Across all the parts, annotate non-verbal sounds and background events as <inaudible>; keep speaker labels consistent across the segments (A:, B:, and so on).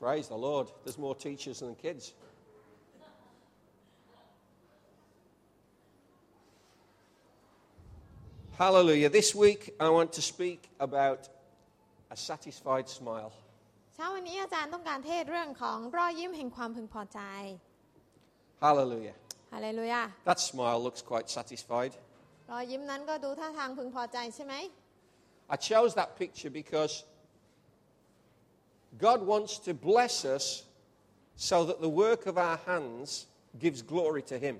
A: Praise the Lord. There's more teachers than kids. Hallelujah. This week I want to speak about a satisfied smile.
B: เช้าวันนี้อาจารย์ต้องการเทศเรื่องของรอยยิ้มแห่งความพึงพอใจ
A: Hallelujah.
B: ฮาเลลูยา
A: That smile looks quite satisfied.
B: รอยยิ้มนั้นก็ดูท่าทางพึงพอใจใช่ไหม
A: I chose that picture because God wants to bless us so that the work of our hands gives glory to Him.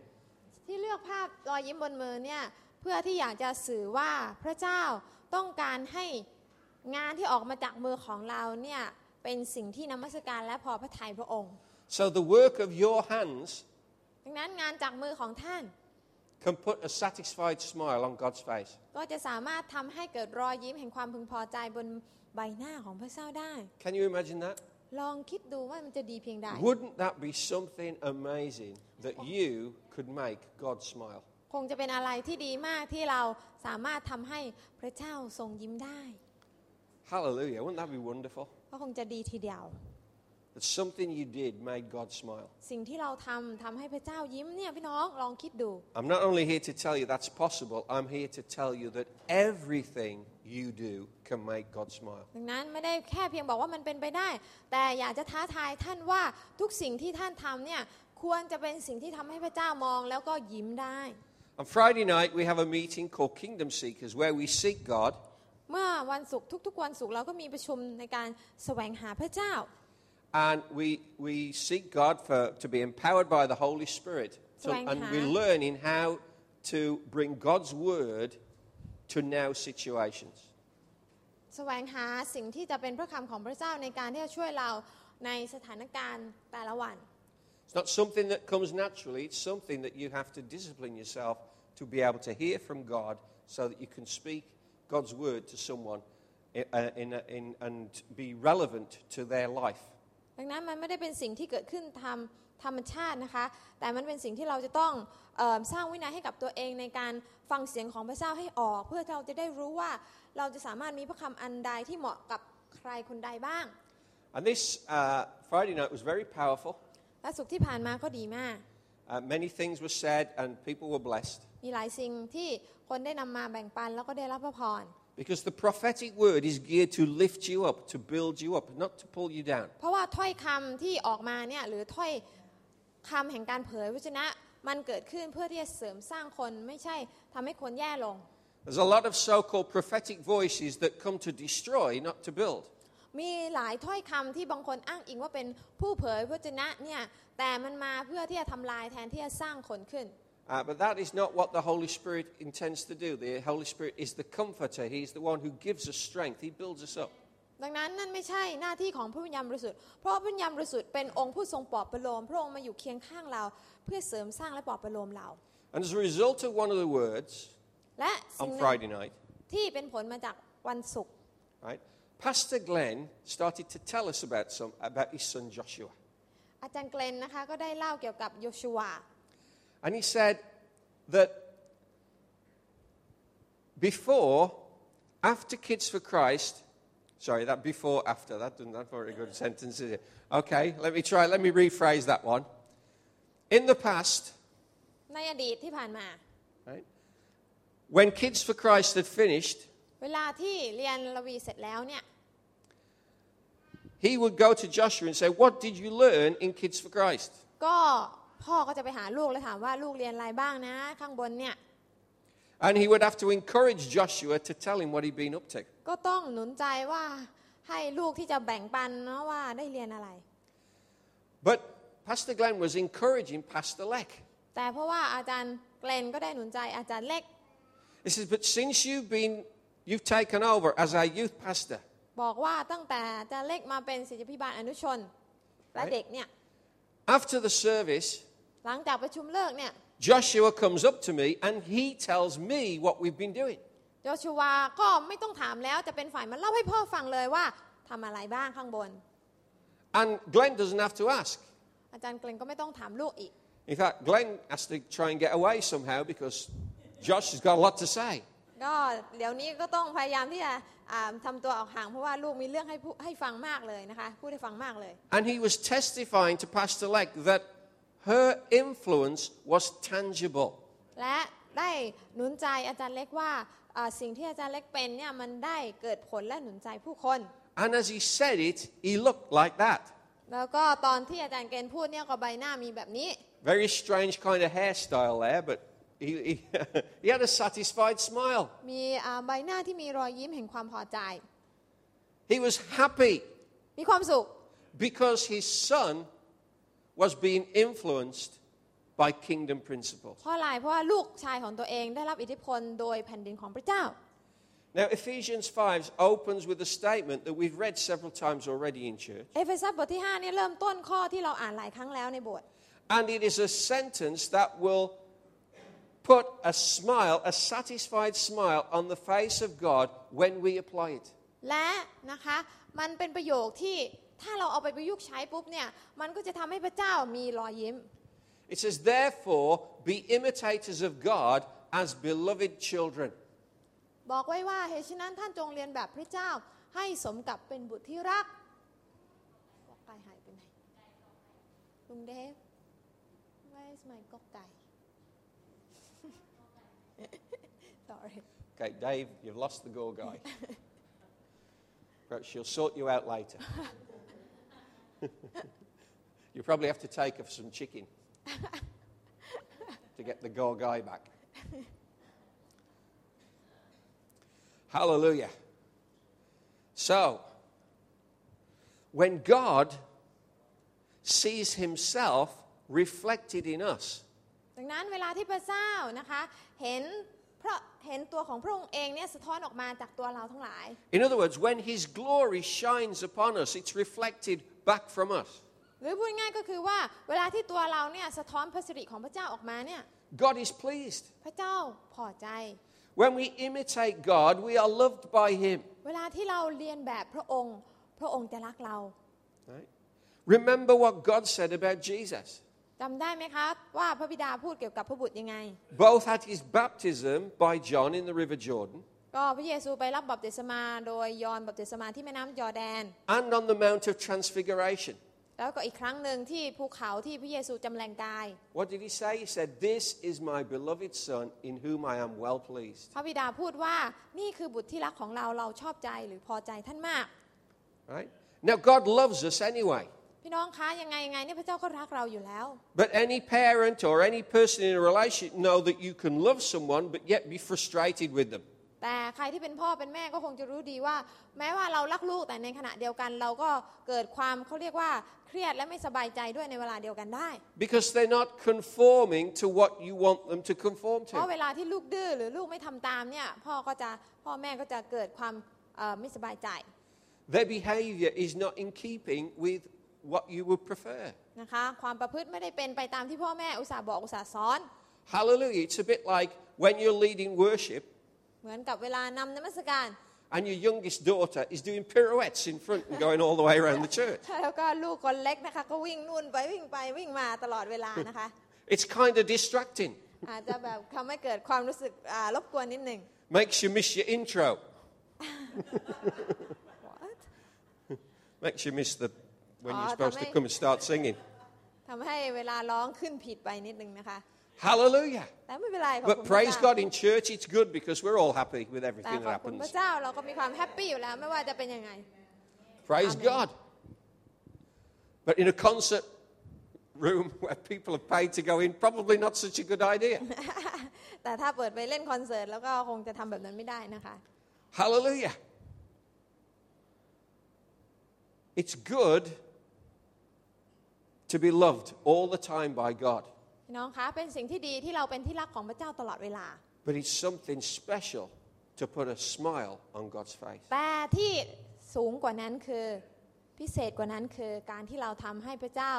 B: ที่เลือกภาพรอยยิ้มบนมือเนี่ยเพื่อที่อยากจะสื่อว่าพระเจ้าต้องการให้งานที่ออกมาจากมือของเราเนี่ยเป็นสิ่งที่นมัสการและพอพระทัยพระองค์
A: So the work of your hands
B: ดังนั้นงานจากมือของท่าน
A: can put a satisfied smile on God's face.
B: ก็จะสามารถทำให้เกิดรอยยิ้มแห่งความพึงพอใจบนใบหน้าของพระเจ้าได้
A: Can you imagine that?
B: ลองคิดดูว่ามันจะดีเพียงใด
A: Wouldn't that be something amazing that you could make God smile?
B: คงจะเป็นอะไรที่ดีมากที่เราสามารถทำให้พระเจ้าทรงยิ้มได้
A: Hallelujah. Wouldn't that be wonderful?
B: ก็คงจะดีทีเดียว
A: That something you did made God smile.
B: สิ่งที่เราทำทำให้พระเจ้ายิ้มเนี่ยพี่น้องลองคิดดู
A: I'm not only here to tell you that's possible, I'm here to tell you that everything you do can make God smile.
B: ดังนั้นไม่ได้แค่เพียงบอกว่ามันเป็นไปได้ แต่อยากจะท้าทายท่านว่าทุกสิ่งที่ท่านทำเนี่ยควรจะเป็นสิ่งที่ทำให้พระเจ้ามองแล้วก็ยิ้มได้
A: On Friday night, we have a meeting called Kingdom Seekers where we seek God
B: เมื่อวันศุกร์ทุกๆ วันศุกร์เราก็มีประชุมในการแสวงหาพระเจ้า
A: and we, we seek God for, to be empowered by the Holy Spirit. So,
B: Dwayne
A: and
B: Hart.
A: we're learning how to bring God's word to now situations.
B: แสวงหาสิ่งที่จะเป็นพระคำของพระเจ้าในการที่จะช่วยเราในสถานการณ์แต่ละวัน
A: It's not something that comes naturally, it's something that you have to discipline yourself to be able to hear from God so that you can speak God's word to someone in, uh, in, uh, in, and be relevant to their life.
B: ดังนั้นมันไม่ได้เป็นสิ่งที่เกิดขึ้นทำธรรมชาตินะคะ แต่มันเป็นสิ่งที่เราจะต้องเออสร้างวินัยให้กับตัวเองในการฟังเสียงของพระเจ้าให้ออก เพื่อเราจะได้รู้ว่าเราจะสามารถมีพระคำอันใดที่เหมาะกับใครคนใดบ้าง
A: And this uh, Friday night was very powerful.
B: และสุขที่ผ่านมาก็ดีมาก
A: Uh, many things were said, and people were blessed
B: มีหลายสิ่งที่คนได้นำมาแบ่งปันแล้วก็ได้รับพระพร
A: because the prophetic word is geared to lift you up, to build you up, not to pull you down.
B: เพราะว่าถ้อยคำที่ออกมาเนี่ยหรือถ้อยคำแห่งการเผยวจนะ มันเกิดขึ้นเพื่อที่จะเสริมสร้างคนไม่ใช่ทำให้คนแย่ลง
A: There's a lot of so called prophetic voices that come to destroy, not to build.
B: มีหลายถ้อยคำที่บางคนอ้างอิงว่าเป็นผู้เผยพระวจนะเนี่ยแต่มันมาเพื่อที่จะทำลายแทนที่จะสร้างคนขึ้น
A: Uh, but that is not what the Holy Spirit intends to do. The Holy Spirit is the comforter. He's the one who gives us strength. He builds us up.
B: ดังนั้นนั่นไม่ใช่หน้าที่ของพระวิญญาณบริสุทธิ์เพราะพระวิญญาณบริสุทธิ์เป็นองค์ผู้ทรงปลอบประโลมพระองค์มาอยู่เคียงข้างเรา เพื่อเสริมสร้างและปลอบประโลมเรา
A: And as a result of one of the words
B: และสิ่ง
A: on
B: หนึ่
A: Friday
B: ง
A: night,
B: ที่เป็นผลมาจากวันศุกร์
A: right, Pastor Glenn started to tell us about some about his son Joshua,
B: อาจารย์เกรนนะคะก็ได้เล่าเกี่ยวกับโยชูวา
A: and he said that before, after Kids for Christ. Sorry, that before, after, that doesn't, that's not a very good sentence, is it? Okay, let me try, let me rephrase that one. In the past,
B: ในอดีตที่ผ่านมา
A: Right? When Kids for Christ had finished,
B: เวลาที่เรียนระวีเสร็จแล้วเนี่ย
A: he would go to Joshua and say, What did you learn in Kids for Christ?
B: ก็พ่อก็จะไปหาลูกแล้วถามว่าลูกเรียนอะไรบ้างนะ ข้างบนเนี่ย
A: And he would have to encourage Joshua to tell him what he'd been up to.
B: ก็ต้องหนุนใจว่าให้ลูกที่จะแบ่งปันเนาะว่าได้เรียนอะไร
A: But Pastor Glenn was encouraging Pastor Leck.
B: แต่เพราะว่าอาจารย์เกรนก็ได้หนุนใจอาจารย์เล็ก
A: He says, But since you've been, you've taken over as our youth pastor,
B: บอกว่าตั้งแต่อาจารย์เล็กมาเป็นศิษยพิบาลอนุชน และเด็กเนี่ย
A: after the service,
B: หลังจากประชุมเลิกเนี่ย
A: Joshua comes up to me and he tells me what we've been doing.
B: โยชูวาก็ไม่ต้องถามแล้วจะเป็นฝ่ายมาเล่าให้พ่อฟังเลยว่าทำอะไรบ้างข้างบน
A: And Glenn doesn't have to ask.
B: อาจารย์เกรนก็ไม่ต้องถามลูกอีก
A: In fact, Glenn has to try and get away somehow because Josh has got a lot to say.
B: ก็เดี๋ยวนี้ก็ต้องพยายามที่จะ อ่าทำตัวออกห่างเพราะว่าลูกมีเรื่องให้พูให้ฟังมากเลยนะคะพูดให้ฟังมากเลย
A: And he was testifying to Pastor Leck that her influence was tangible.
B: และได้หนุนใจอาจารย์เล็กว่าอ่าสิ่งที่อาจารย์เล็กเป็นเนี่ยมันได้เกิดผลและหนุนใจผู้คน
A: And as he said it, he looked like that.
B: แล้วก็ตอนที่อาจารย์เกณฑ์พูดเนี่ยก็ใบหน้ามีแบบนี้
A: Very strange kind of hairstyle there, but he, <laughs> he, he had a satisfied smile.
B: มีอ่าใบหน้าที่มีรอยยิ้มแห่งความพอใจ
A: He was happy
B: มีความสุข
A: because his son was being influenced by kingdom principles.
B: เพราะอะไรเพราะว่าลูกชายของตัวเองได้รับอิทธิพลโดยแผ่นดินของพระเจ้า
A: Now, Ephesians 5 opens with a statement that we've read several times already in church,
B: เอเฟซัสบทที่5เนี่ยเริ่มต้นข้อที่เราอ่านหลายครั้งแล้วในโบท
A: and it is a sentence that will put a smile, a satisfied smile, on the face of God when we apply it.
B: และนะคะมันเป็นประโยคที่ถ้าเราเอาไปประยุกต์ใช้ปุ๊บเนี่ยมันก็จะทำให้พระเจ้ามีรอยยิ้ม
A: It says, Therefore, be imitators of God as beloved children.
B: บอกไว้ว่าเหตุฉะนั้นท่านจงเรียนแบบพระเจ้าให้สมกับเป็นบุตรที่รักกอกไก่หายไปไหนลุงเดฟ where is my กอกไก่ <laughs> sorry
A: Okay, Dave, you've lost the gore guy. Perhaps she'll sort you out later. <laughs> you probably have to take off some chicken to get the gore guy back. Hallelujah. So, when God sees himself reflected in us,
B: ดังนั้นเวลาที่พระเจ้านะคะเห็นพระเห็นตัวของพระองค์เองเนี่ยสะท้อนออกมาจากตัวเราทั้งหลาย
A: in other words, when his glory shines upon us, it's reflected back from us.
B: หรือพูดง่ายก็คือว่าเวลาที่ตัวเราเนี่ยสะท้อนพระสิริของพระเจ้าออกมาเนี่ย
A: God is pleased.
B: พระเจ้าพอใจ
A: When we imitate God, we are loved by Him.
B: เวลาที่เราเรียนแบบพระองค์ พระองค์จะรักเรา
A: Right? Remember what God said about Jesus.
B: จำได้ไหมคะว่าพระบิดาพูดเกี่ยวกับพระบุตรยังไง
A: Both at his baptism by John in the River Jordan
B: ก็พระเยซูไปรับบัพติศมาโดยยอห์นบัพติศมาที่แม่น้ำยอร์แดน
A: and on the Mount of Transfiguration.
B: แล้วก็อีกครั้งหนึ่งที่ภูเขาที่พระเยซูจำแรงกาย
A: What did he say? He said, This is my beloved Son in whom I am well pleased.
B: พระบิดาพูดว่านี่คือบุตรที่รักของเราเราชอบใจหรือพอใจท่านมาก
A: Right? Now, God loves us anyway.
B: พี่น้องคะยังไงยังไงเนี่ยพระเจ้าก็รักเราอยู่แล้ว
A: But any parent or any person in a relationship know that you can love someone but yet be frustrated with them.
B: แต่ใครที่เป็นพ่อเป็นแม่ก็คงจะรู้ดีว่า แม้ว่าเรารักลูกแต่ในขณะเดียวกัน เราก็เกิดความเขาเรียกว่าเครียดและไม่สบายใจด้วยในเวลาเดียวกันได้
A: Because they're not conforming to what you want them to conform
B: เพราะ
A: to.
B: เวลาที่ลูกดื้อหรือลูกไม่ทำตามเนี่ยพ่อก็จะพ่อแม่ก็จะเกิดความเอ่อไม่สบายใจ
A: Their behavior is not in keeping with what you would prefer.
B: นะคะ ความประพฤติไม่ได้เป็นไปตามที่พ่อแม่อุตส่าห์บอกอุตส่าห์สอน
A: Hallelujah. It's a bit like when you're leading worship
B: เหมือนกับเวลานำนมัสการ <laughs>
A: and your youngest daughter is doing pirouettes in front and going all the way around the church.
B: แล้วก็ลูกคนเล็กนะคะก็วิ่งนู่นไปวิ่งไปวิ่งมาตลอดเวลานะคะ <laughs>
A: It's kind of distracting,
B: อาจจะแบบทำให้เกิดความรู้สึกอ่ารบกวนนิดหนึ่ง
A: makes you miss your intro,
B: What?
A: makes you miss the when you're
B: Oh,
A: supposed to
B: también.
A: come and start singing.
B: ทำให้เวลาร้องขึ้นผิดไปนิดนึงนะคะ
A: Hallelujah.
B: แต่ไม่เป็นไรขอบคุ
A: But
B: ณพระ
A: praise
B: เจ้า
A: God in church, it's good because we're all happy with
B: แต่
A: everything
B: ข
A: that
B: อบคุณพ
A: happens.
B: ระเจ้าเราก็มีความแฮปปี้อยู่แล้วไม่ว่าจะเป็นยังไง
A: Praise
B: Amen.
A: God. But in a concert room <laughs> where people are paid to go in, probably not such a good idea.
B: แต่ถ้าเปิดไปเล่นคอนเสิร์ตแล้วก็คงจะทำแบบนั้นไม่ได้นะคะ
A: Hallelujah. It's good to be loved all the time by God,
B: พี่น้องคะเป็นสิ่งที่ดีที่เราเป็นที่รักของพระเจ้าตลอดเวลา
A: but it's something special to put a smile on God's face.
B: แต่ที่สูงกว่านั้นคือ พิเศษกว่านั้นคือการที่เราทำให้พระเจ้า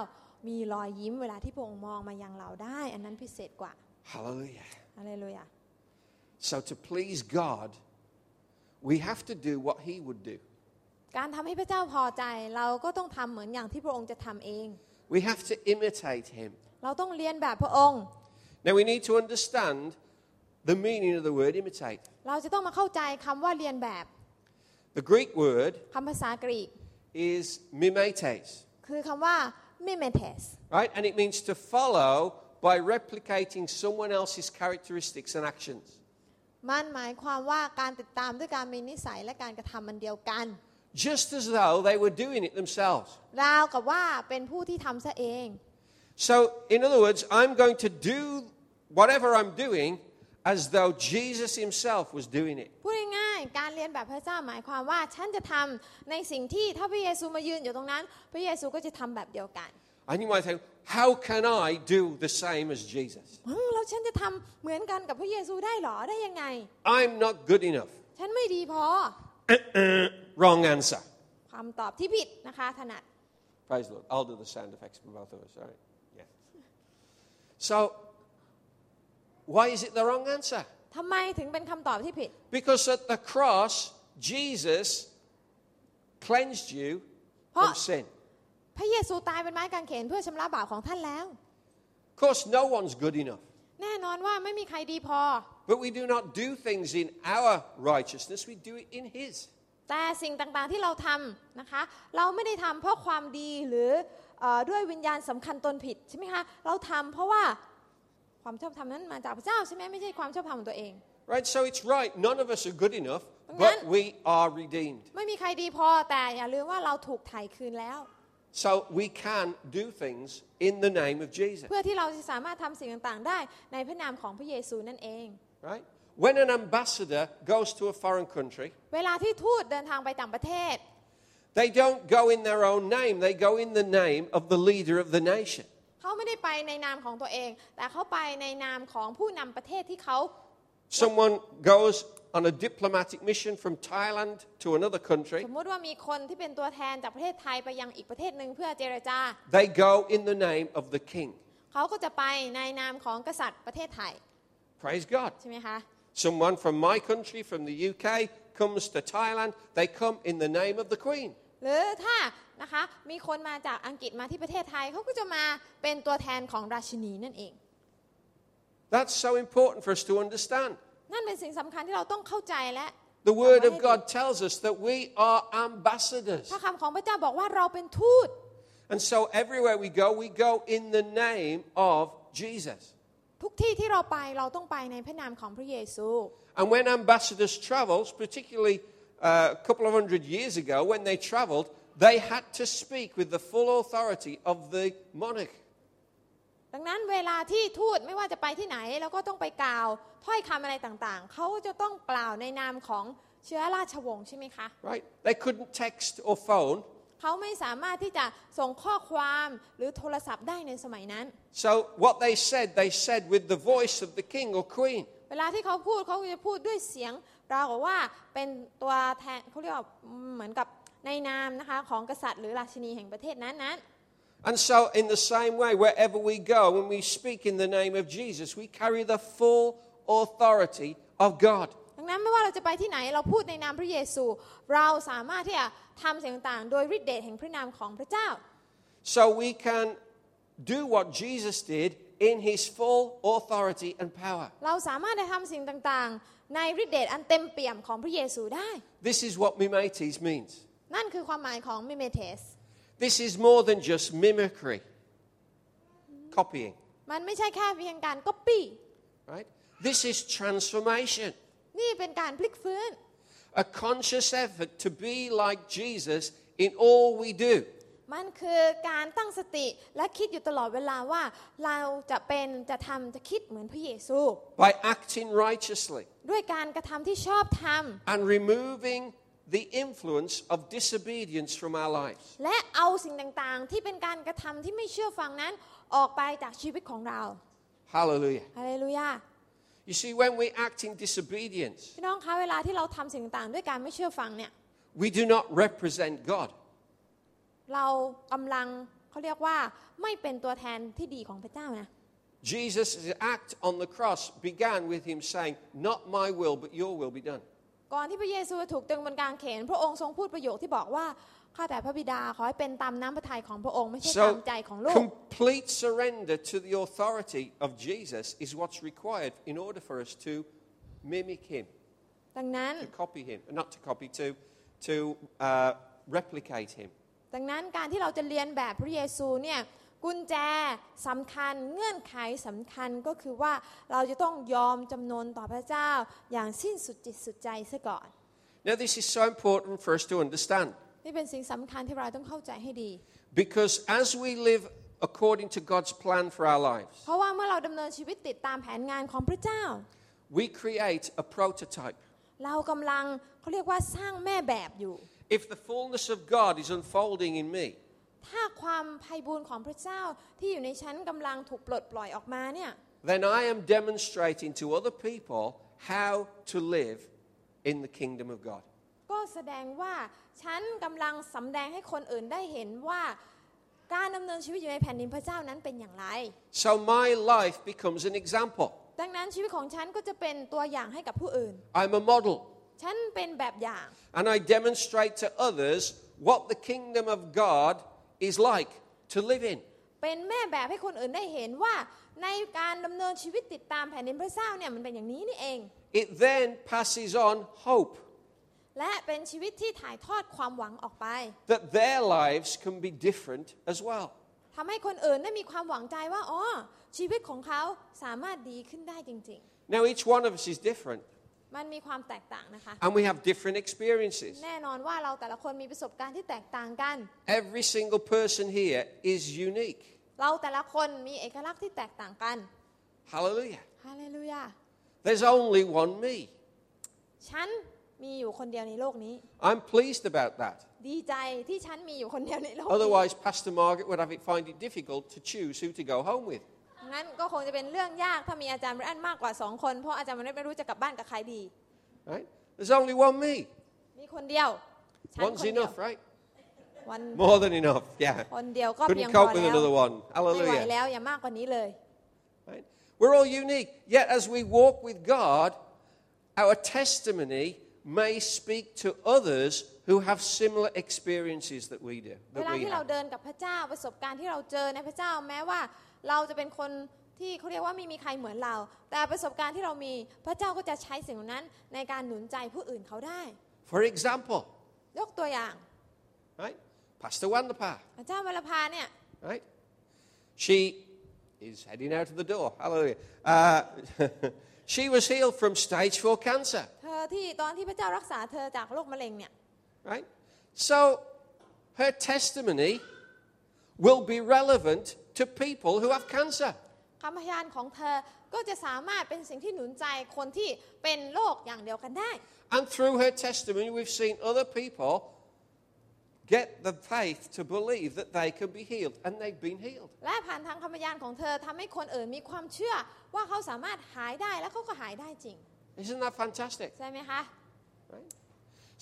B: มีรอยยิ้มเวลาที่พระองค์มองมายังเราได้ อันนั้นพิเศษกว่า
A: Hallelujah.
B: อะไรเลยอะ
A: So, to please God, we have to do what He would do.
B: การทำให้พระเจ้าพอใจเราก็ต้องทำเหมือนอย่างที่พระองค์จะทำเอง
A: We have to imitate Him.
B: เราต้องเรียนแบบพระองค์
A: Now we need to understand the meaning of the word imitate.
B: เราจะต้องมาเข้าใจคำว่าเรียนแบบ
A: The Greek word
B: คำภาษากรีก
A: is mimetes,
B: คือคำว่า mimetes
A: right? And it means to follow by replicating someone else's characteristics and actions.
B: มันหมายความว่าการติดตามด้วยการมีนิสัยและการกระทำมันเดียวกัน
A: just as though they were doing it themselves.
B: ราวกับว่าเป็นผู้ที่ทำซะเอง
A: So, in other words, I'm going to do whatever I'm doing as though Jesus himself was doing it.
B: พูดง่ายๆการเรียนแบบพระเจ้าหมายความว่าฉันจะทำในสิ่งที่ถ้าพระเยซูมายืนอยู่ตรงนั้น พระเยซูก็จะทำแบบเดียวกัน
A: And you might think, how can I do the same as Jesus?
B: อืมแล้วฉันจะทำเหมือนกันกับพระเยซูได้เหรอได้ยังไง
A: I'm not good enough.
B: ฉันไม่ดีพอ
A: Wrong answer.
B: ความตอบที่ผิดนะคะถนัด
A: Praise the Lord. I'll do the sound effects for both of us, all right? Yeah. So, why is it the wrong answer?
B: ทำไมถึงเป็นคำตอบที่ผิด
A: Because at the cross, Jesus cleansed you from
B: Huh.
A: sin.
B: พระเยซูตายเป็นไม้กางเขนเพื่อชำระบาปของท่านแล้ว
A: Of course, no one's good enough.
B: แน่นอนว่าไม่มีใครดีพอ
A: But we do not do things in our righteousness, we do it in His.
B: แต่สิ่งต่างๆที่เราทำนะคะ เราไม่ได้ทำเพราะความดีหรือเออด้วยวิญญาณสำคัญตนผิดใช่ไหมคะเราทำเพราะว่าความชอบธรรมนั้นมาจากพระเจ้าใช่ไหมไม่ใช่ความชอบธรรมของตัวเอง
A: Right? So it's right, none of us are good enough, but
B: None.
A: we are redeemed.
B: ไม่มีใครดีพอแต่อย่าลืมว่าเราถูกไถ่คืนแล้ว
A: So we can do things in the name of Jesus.
B: เพื่อที่เราจะสามารถทำสิ่งต่างๆ ได้ในพระนามของพระเยซูนั่นเอง
A: Right? When an ambassador goes to a foreign country,
B: เวลาที่ทูตเดินทางไปต่างประเทศ
A: they don't go in their own name, they go in the name of the leader of the nation.
B: เขาไม่ได้ไปในนามของตัวเอง แต่เขาไปในนามของผู้นำประเทศที่เขา
A: Someone goes on a diplomatic mission from Thailand to another country,
B: สมมติว่ามีคนที่เป็นตัวแทนจากประเทศไทยไปยังอีกประเทศหนึ่งเพื่อเจรจา
A: they go in the name of the king.
B: เขาก็จะไปในนามของกษัตริย์ประเทศไทย
A: Praise God.
B: ใช่ไหมคะ
A: Someone from my country, from the UK, comes to Thailand. They come in the name of the Queen.
B: หรือถ้านะคะมีคนมาจากอังกฤษมาที่ประเทศไทยเขาก็จะมาเป็นตัวแทนของราชินีนั่นเอง
A: That's so important for us to understand.
B: นั่นเป็นสิ่งสำคัญที่เราต้องเข้าใจและ
A: The Word of
B: จำไว้ให้ดี
A: God tells us that we are ambassadors.
B: พระคำของพระเจ้าบอกว่าเราเป็นทูต
A: And so everywhere we go, we go in the name of Jesus.
B: ทุกที่ที่เราไปเราต้องไปในพระนามของพระเยซู
A: And when ambassadors traveled, particularly uh, a couple of hundred years ago, when they traveled, they had to speak with the full authority of the monarch.
B: ดังนั้นเวลาที่ทูตไม่ว่าจะไปที่ไหนเราก็ต้องไปกล่าวถ้อยคำอะไรต่างๆ เขาจะต้องกล่าวในนามของเชื้อราชวงศ์ใช่ไหมคะ
A: Right? They couldn't text or phone.
B: เขาไม่สามารถที่จะส่งข้อความหรือโทรศัพท์ได้ในสมัยนั้น
A: So what they said, they said with the voice of the king or queen.
B: เวลาที่เขาพูดเขาก็จะพูดด้วยเสียงราวกับว่าเป็นตัวแทนเขาเรียกว่าเหมือนกับในนามนะคะของกษัตริย์หรือราชินีแห่งประเทศนั้น
A: And so in the same way, wherever we go, when we speak in the name of Jesus, we carry the full authority of God.
B: ๆดังนั้นไม่ว่าเราจะไปที่ไหนเราพูดในนามพระเยซู เราสามารถที่จะทำสิ่งต่างๆ โดยฤทธิ์เดชแห่งพระนามของพระเจ้า
A: So we can do what Jesus did in his full authority and power.
B: เราสามารถได้ทำสิ่งต่างๆ ในฤทธิ์เดชอันเต็มเปี่ยมของพระเยซูได้
A: This is what mimetes means.
B: นั่นคือความหมายของมิเมเทส
A: This is more than just mimicry, copying,
B: มันไม่ใช่แค่เพียงการก๊อปปี้
A: right? This is transformation,
B: นี่เป็นการพลิกฟื้น
A: a conscious effort to be like Jesus in all we do.
B: มันคือการตั้งสติและคิดอยู่ตลอดเวลาว่า เราจะเป็นจะทำจะคิดเหมือนพระเยซู
A: by acting righteously
B: ด้วยการกระทำที่ชอบทำ
A: and removing the influence of disobedience from our lives.
B: และเอาสิ่งต่างๆ ที่เป็นการกระทำที่ไม่เชื่อฟังนั้นออกไปจากชีวิตของเรา
A: Hallelujah.
B: ฮาเลลูยา
A: You see, when we act in disobedience,
B: พี่น้องคะเวลาที่เราทำสิ่งต่างๆ ด้วยการไม่เชื่อฟังเนี่ย
A: we do not represent God.
B: เรากำลังเขาเรียกว่าไม่เป็นตัวแทนที่ดีของพระเจ้านะ
A: Jesus' act on the cross began with him saying, Not my will, but your will be done.
B: ก่อนที่พระเยซูจะถูกตรึงบนกางเขน พระองค์ทรงพูดประโยคที่บอกว่าข้าแต่พระบิดาขอให้เป็นตามน้ำพระทัยของพระองค์ไม่ใช่ตาม
A: So,
B: ใจของลูก
A: complete surrender to the authority of Jesus is what's required in order for us to mimic him,
B: ดังนั้น
A: to copy him, not to copy, to to uh, replicate him.
B: ดังนั้นการที่เราจะเรียนแบบพระเยซูเนี่ยกุญแจสำคัญเงื่อนไขสำคัญก็คือว่าเราจะต้องยอมจำนนต่อพระเจ้าอย่างสิ้นสุดจิตสุดใจซะก่อน
A: Now, this is so important for us to understand
B: นี่เป็นสิ่งสำคัญที่เราต้องเข้าใจให้ดี
A: because as we live according to God's plan for our lives,
B: เพราะว่าเมื่อเราดำเนินชีวิตติดตามแผนงานของพระเจ้า
A: we create a prototype.
B: เรากำลังเขาเรียกว่าสร้างแม่แบบอยู่
A: If the fullness of God is unfolding in me,
B: ถ้าความไพ่บูรย์ของพระเจ้าที่อยู่ในฉันกำลังถูกปลดปล่อยออกมาเนี่ย
A: then I am demonstrating to other people how to live in the kingdom of God.
B: ก็แสดงว่าฉันกำลังสำแดงให้คนอื่นได้เห็นว่าการดำเนินชีวิตอยู่ในแผ่นดินพระเจ้านั้นเป็นอย่างไร
A: So my life becomes an example.
B: ดังนั้นชีวิตของฉันก็จะเป็นตัวอย่างให้กับผู้อื่น
A: I'm a model,
B: ฉันเป็นแบบอย่าง
A: and I demonstrate to others what the kingdom of God is like to live in.
B: เป็นแม่แบบให้คนอื่นได้เห็นว่า ในการดำเนินชีวิตติดตามแผ่นดินพระเจ้าเนี่ยมันเป็นอย่างนี้นี่เอง
A: It then passes on hope
B: และเป็นชีวิตที่ถ่ายทอดความหวังออกไป
A: that their lives can be different as well.
B: ทำให้คนอื่นได้มีความหวังใจว่าอ๋อชีวิตของเขาสามารถดีขึ้นได้จริง
A: Now, each one of us is different,
B: ๆ มันมีความแตกต่างนะคะ
A: and we have different experiences.
B: แน่นอนว่าเราแต่ละคนมีประสบการณ์ที่แตกต่างกัน
A: Every single person here is unique.
B: เราแต่ละคนมีเอกลักษณ์ที่แตกต่างกัน
A: Hallelujah.
B: ฮาเลลูยา
A: There's only one me.
B: ฉันมีอยู่คนเดียวในโลกนี้
A: I'm pleased about that.
B: ดีใจที่ฉันมีอยู่คนเดียวในโลกนี้
A: Otherwise, Pastor Margaret would have it find it difficult to choose who to go home with.
B: งั้นก็คงจะเป็นเรื่องยากถ้ามีอาจารย์แบรอันมากกว่าสองคนเพราะอาจารย์แบรอันไม่รู้จะกลับบ้านกับใครดี
A: Right? There's only one me.
B: มีคนเดียว ฉันค
A: One's
B: นเดียว
A: enough, right?
B: วัน
A: More than enough. Yeah.
B: คนเดียวก็เพียง
A: Couldn't
B: พอ
A: cope
B: แล้
A: with
B: ว
A: another one.
B: ไม่ไหว
A: Hallelujah.
B: แล้วอย่ามากกว่านี้เลย
A: Right? We're all unique. Yet, as we walk with God, our testimony may speak to others who have similar experiences that we do.
B: เว
A: That
B: ลา
A: we
B: ที่เรา
A: have.
B: เดินกับพระเจ้าประสบการณ์ที่เราเจอในพระเจ้าแม้ว่า เราจะเป็นคนที่เขาเรียกว่าไม่มีใครเหมือนเรา แต่ประสบการณ์ที่เรามีพระเจ้าก็จะใช้สิ่งเหล่านั้น ในการหนุนใจผู้อื่นเขาได้
A: For example,
B: ยกตัวอย่าง
A: right? Pastor Wanderpa,
B: อาจารย์วรพาเนี่ย
A: right? She is heading out of the door. Hallelujah. Uh, <laughs> she was healed from stage four cancer,
B: เธอที่ตอนที่พระเจ้ารักษาเธอจากโรคมะเร็งเนี่ย
A: right? So her testimony will be relevant to people who have cancer.
B: คำพยานของเธอก็จะสามารถเป็นสิ่งที่หนุนใจคนที่เป็นโรคอย่างเดียวกันได้
A: And through her testimony, we've seen other people get the faith to believe that they can be healed, and they've been healed.
B: และผ่านทางคำพยานของเธอทำให้คนอื่นมีความเชื่อว่าเขาสามารถหายได้และเขาก็หายได้จริง
A: Isn't that fantastic?
B: ใช่ไหมคะ
A: Right?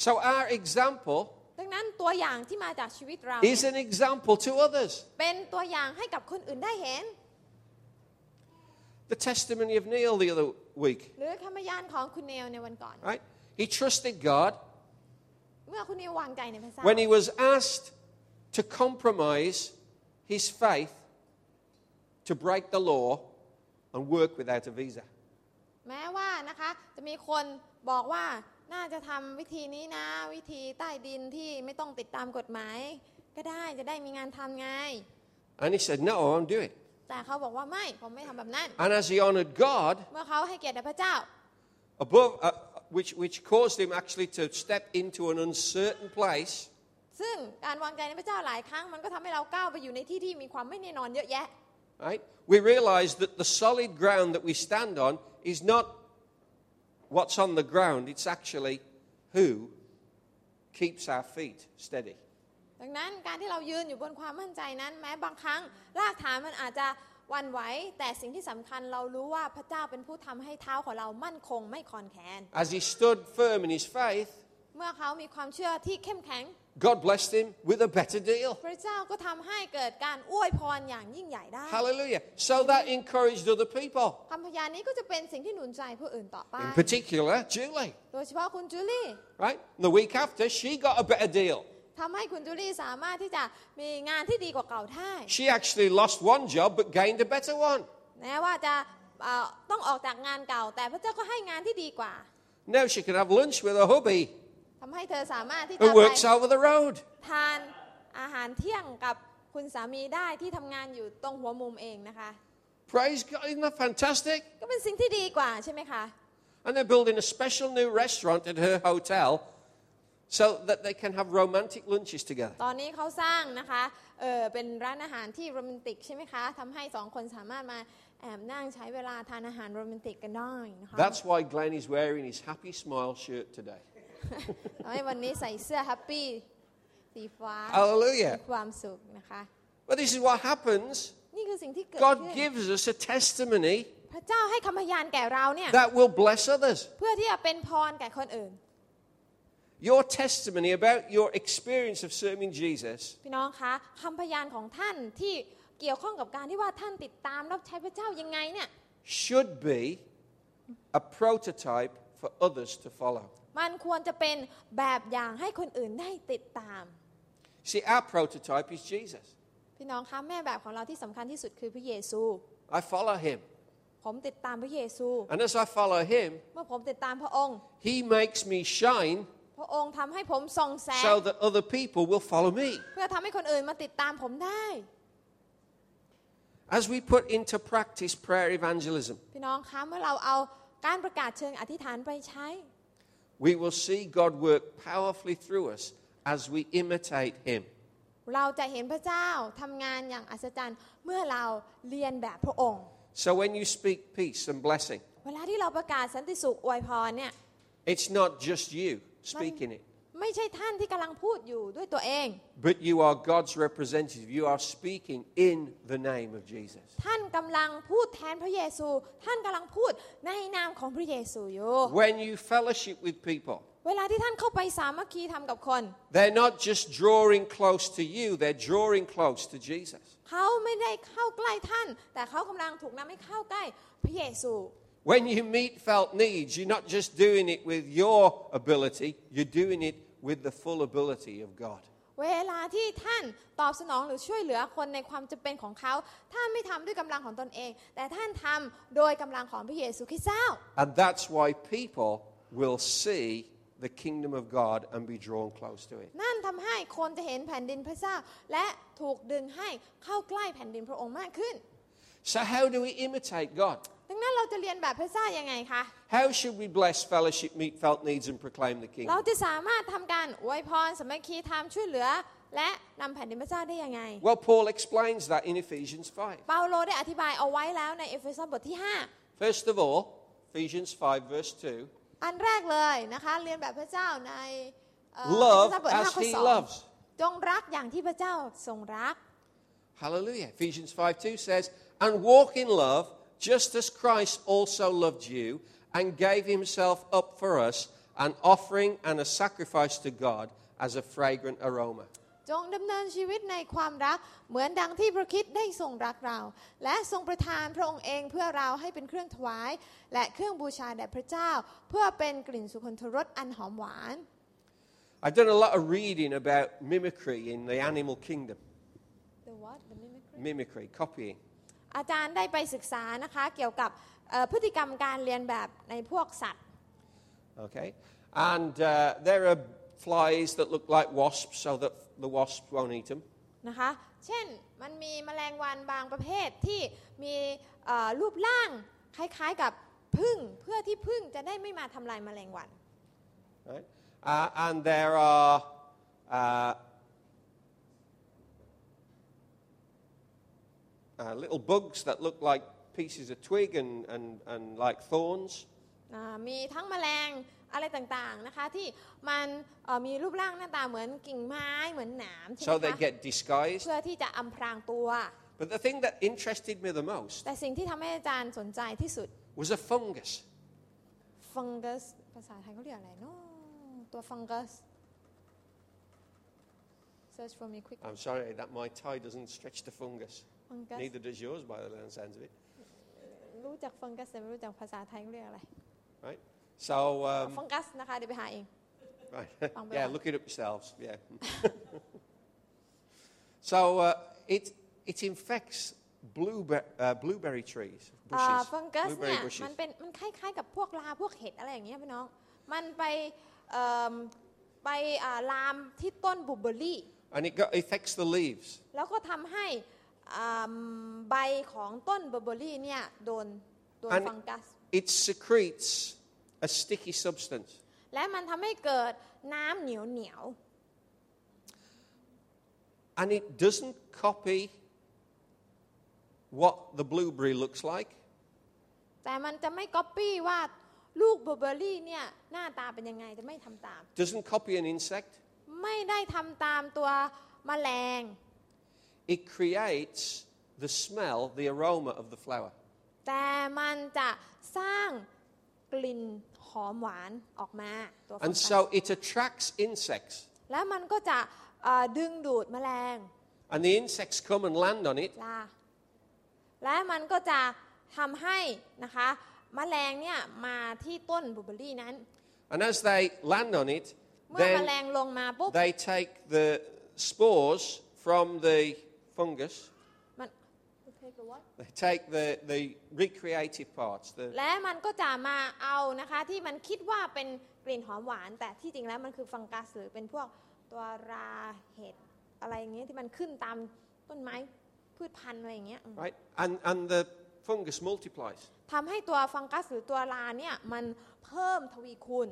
A: So, our example
B: ดังนั้นตัวอย่างที่มาจากชีวิตเรา
A: is an example to others.
B: เป็นตัวอย่างให้กับคนอื่นได้เห็น
A: The testimony of Neil the other week,
B: หรือคำพยานของคุณเนลในวันก่อน
A: right? He trusted God
B: เมื่อคุณเนลวางใจในพระเจ้า
A: when he was asked to compromise his faith to break the law and work without a visa.
B: แม้ว่านะคะจะมีคนบอกว่าน่าจะทำวิธีนี้นะ วิธีใต้ดินที่ไม่ต้องติดตามกฎหมาย ก็ได้จะได้มีงานทำไง
A: And he said, No, I won't do it.
B: แต่เขาบอกว่าไม่ผมไม่ทำแบบนั้น
A: And as he honored God,
B: เมื่อเขาให้เกียรติแด่พระเจ้า
A: above, uh, which, which caused him actually to step into an uncertain place,
B: ซึ่งการวางใจในพระเจ้าหลายครั้งมันก็ทำให้เราก้าวไปอยู่ในที่ที่มีความไม่แน่นอนเยอะแยะ
A: right? We realize that the solid ground that we stand on is not what's on the ground, it's actually who keeps our feet steady.
B: ดังนั้นการที่เรายืนอยู่บนความมั่นใจนั้น แม้บางครั้งรากฐานมันอาจจะหวันไหวแต่สิ่งที่สำคัญเรารู้ว่าพระเจ้าเป็นผู้ทำให้เท้าของเรามั่นคงไม่คลอนแคลน
A: As he stood firm in his faith,
B: เมื่อเขามีความเชื่อที่เข้มแข็ง
A: God blessed him with a better deal.
B: พระเจ้าก็ทำให้เกิดการอวยพรอย่างยิ่งใหญ่ได้
A: Hallelujah. So that encouraged other people,
B: คำพยานนี้ก็จะเป็นสิ่งที่หนุนใจผู้อื่นต่อไป
A: in particular, Julie,
B: โดยเฉพาะคุณจูลี่
A: right? And the week after, she got a better deal.
B: ทำให้คุณจูลี่สามารถที่จะมีงานที่ดีกว่าเก่าได้
A: She actually lost one job but gained a better one.
B: แม้ว่าจะเอ่อต้องออกจากงานเก่า แต่พระเจ้าก็ให้งานที่ดีกว่า
A: Now she can have lunch with her hubby.
B: ทำให้เธอสามารถที่จะ
A: who
B: ไป
A: works over the road.
B: ทานอาหารเที่ยงกับคุณสามีได้ที่ทำงานอยู่ตรงหัวมุมเองนะคะ
A: Praise God, isn't that fantastic?
B: ก็เป็นสิ่งที่ดีกว่าใช่ไหมคะ
A: And they're building a special new restaurant at her hotel so that they can have romantic lunches together.
B: ตอนนี้เขาสร้างนะคะเออเป็นร้านอาหารที่โรแมนติกใช่ไหมคะทำให้สองคนสามารถมาแอบนั่งใช้เวลาทานอาหารโรแมนติกกันได้นะคะ
A: That's <laughs> why Glenn is wearing his happy smile shirt today.
B: ทำให้วันนี้ใส่เสื้อแฮปปี้สีฟ้า
A: Hallelujah.
B: ความสุขนะคะ
A: But this is what happens
B: นี่คือสิ่งที่เกิด
A: God
B: ขึ้น
A: gives us a testimony
B: พระเจ้าให้คำพยานแก่เราเนี่ย
A: that will bless others.
B: เพื่อที่จะเป็นพรแก่คนอื่น
A: Your testimony about your experience of serving Jesus
B: พี่น้องคะคำพยานของท่านที่เกี่ยวข้องกับการที่ว่าท่านติดตามรับใช้พระเจ้ายังไงเนี่ย
A: should be a prototype for others to follow.
B: มันควรจะเป็นแบบอย่างให้คนอื่นได้ติดตาม
A: See, our prototype is Jesus.
B: พี่น้องคะแม่แบบของเราที่สำคัญที่สุดคือพระเยซู
A: I follow him.
B: ผมติดตามพระเยซู
A: And as I follow him,
B: เมื่อผมติดตามพระองค์
A: he makes me shine
B: พระองค์ทำให้ผมส่องแสง
A: so that other people will follow me.
B: เพื่อทำให้คนอื่นมาติดตามผมได้
A: As we put into practice prayer evangelism,
B: พี่น้องคะเมื่อเราเอาการประกาศเชิงอธิษฐานไปใช้
A: we will see God work powerfully through us as we imitate him.
B: เราจะเห็นพระเจ้าทำงานอย่างอัศจรรย์ เมื่อเราเรียนแบบพระองค์
A: So when you speak peace and blessing,
B: เวลาที่เราประกาศสันติสุขอวยพรเนี่ย
A: it's not just you speaking it,
B: ไม่ใช่ท่านที่กำลังพูดอยู่ด้วยตัวเอง
A: but you are God's representative. You are speaking in the name of Jesus.
B: ท่านกำลังพูดแทนพระเยซู ท่านกำลังพูดในนามของพระเยซูอยู่
A: When you fellowship with people,
B: เวลาที่ท่านเข้าไปสามัคคีทำกับคน
A: they're not just drawing close to you, they're drawing close to Jesus.
B: เขาไม่ได้เข้าใกล้ท่าน แต่เขากำลังถูกนำให้เข้าใกล้พระเยซู
A: When you meet felt needs, you're not just doing it with your ability, you're doing it with the full ability of God.
B: เวลาที่ท่านตอบสนองหรือช่วยเหลือคนในความจำเป็นของเขา ท่านไม่ทำด้วยกำลังของตนเอง แต่ท่านทำโดยกำลังของพระเยซูคริสต์เจ้า
A: And that's why people will see the kingdom of God and be drawn close to it.
B: นั่นทำให้คนจะเห็นแผ่นดินพระเจ้า และถูกดึงให้เข้าใกล้แผ่นดินพระองค์มากขึ้น
A: So, how do we imitate God?
B: ดังนั้นเราจะเรียนแบบพระเจ้ายังไงคะ
A: How should we bless, fellowship, meet felt needs, and proclaim the
B: เรา
A: kingdom?
B: จะสามารถทำการอวยพรสามัคคีทำช่วยเหลือ และนำแผ่นดินพระเจ้าได้ยังไง
A: Well, Paul explains that in Ephesians 5.
B: เปาโลได้อธิบายเอาไว้แล้วในเอเฟซัสบทที่
A: First of all, Ephesians 5, verse 2.
B: 5 อันแรกเลยนะคะเรียนแบบพระเจ้าในเอ่อ
A: Love
B: เอเฟซัสบทห้า
A: as
B: ข้อ
A: he
B: สอง
A: loves.
B: จงรักอย่างที่พระเจ้าทรงรัก
A: Hallelujah. Ephesians 5 2 says, And walk in love, just as Christ also loved you and gave himself up for us, an offering and a sacrifice to God as a fragrant aroma.
B: จงดำเนินชีวิตในความรัก เหมือนดังที่พระคริดได้ทรงรักเรา และทรงประทานพระองค์เองเพื่อเราให้เป็นเครื่องถวาย และเครื่องบูชาแด่พระเจ้า เพื่อเป็นกลิ่นสุคนทรสอันหอมหวาน
A: I've done a lot of reading about mimicry in the animal kingdom.
B: The what? The mimicry?
A: Mimicry, copying.
B: อาจารย์ได้ไปศึกษานะคะเกี่ยวกับเอ่อพฤติกรรมการเรียนแบบในพวกสัตว์
A: Okay? And uh, there are flies that look like wasps so that the wasps won't eat them.
B: นะคะ เช่นมันมีแมลงวันบางประเภทที่มีเอ่อรูปร่างคล้ายๆกับพึ่งเพื่อที่พึ่งจะได้ไม่มาทำลายแมลงวัน
A: Right? Uh, and there are uh, uh, little bugs that look like pieces of twig and, and, and like thorns.
B: อ่ามีทั้งแมลงอะไรต่างๆนะคะที่มันเอ่อมีรูปร่างหน้าตาเหมือนกิ่งไม้เหมือนหนามใช่
A: So
B: ไหม
A: they
B: คะ
A: get disguised.
B: เพื่อที่จะอำพรางตัว
A: But the thing that interested me the most
B: แต่สิ่งที่ทำให้อาจารย์สนใจที่สุด
A: was a fungus.
B: ฟังกัสภาษาไทยเขาเรียกอะไรเนาะตัวฟังกัส search for me quick
A: I'm sorry that my tie doesn't stretch to fungus.
B: ฟังกัส
A: Neither does yours, by the sounds of it.
B: รู้จักฟังกัสแต่ไม่รู้จักภาษาไทยเขาเรียกอะไร
A: Right? So,
B: เอา
A: um,
B: ฟังกัสนะคะเดี๋ยวไปหาเอง
A: Right. <laughs>
B: Bang,
A: yeah,
B: bang.
A: look it up yourselves. Yeah. <laughs> so uh, it it infects blueberry uh, blueberry trees
B: อ่า
A: bushes.
B: ฟังกัส
A: blueberry
B: เนี่ย
A: bushes.
B: มันเป็นมันคล้ายๆกับพวกลาพวกเห็ดอะไรอย่างเงี้ยพี่น้อง มันไปเอิ่ม ไปอ่าลามที่ต้นบุบเบอรี่
A: and it got, affects the leaves.
B: แล้วก็ทำให้อ่าใบของต้นบุบเบอรี่เนี่ยโดนโดน
A: อัน
B: ฟังกัส
A: It secretes a sticky substance.
B: และมันทำให้เกิดน้ำเหนียวเหนียว
A: And it doesn't copy what the blueberry looks like.
B: แต่มันจะไม่ก๊อปปี้ว่าลูกบลูเบอร์รี่เนี่ยหน้าตาเป็นยังไงจะไม่ทำตาม
A: doesn't copy an insect.
B: ไม่ได้ทำตามตัวแมลง
A: It creates the smell, the aroma of the flower.
B: แต่มันจะสร้างกลิ่นหอมหวานออกมาตัวฟัง
A: And
B: กัส
A: so it attracts insects.
B: และมันก็จะเอ่อดึงดูดแมลง
A: And the insects come and land on it.
B: ลาและมันก็จะทำให้นะคะแมลงเนี่ยมาที่ต้นบลูเบอร์รี่นั้น
A: And as they land on it,
B: เมื่อแมล
A: then
B: งลงมาปุ๊บ
A: they take the spores from the fungus.
B: มัน
A: They take the, the recreative parts, the,
B: และมันก็จะมาเอานะคะที่มันคิดว่าเป็นกลิ่นหอมหวาน แต่ที่จริงแล้วมันคือฟังกัสหรือเป็นพวกตัวราเห็ดอะไรอย่างเงี้ยที่มันขึ้นตามต้นไม้พืชพันธุ์อะไรอย่างเงี้ยอืม
A: right? And, and the fungus multiplies
B: ทำให้ตัวฟังกัสหรือตัวราเนี่ยมันเพิ่มทวีคูณ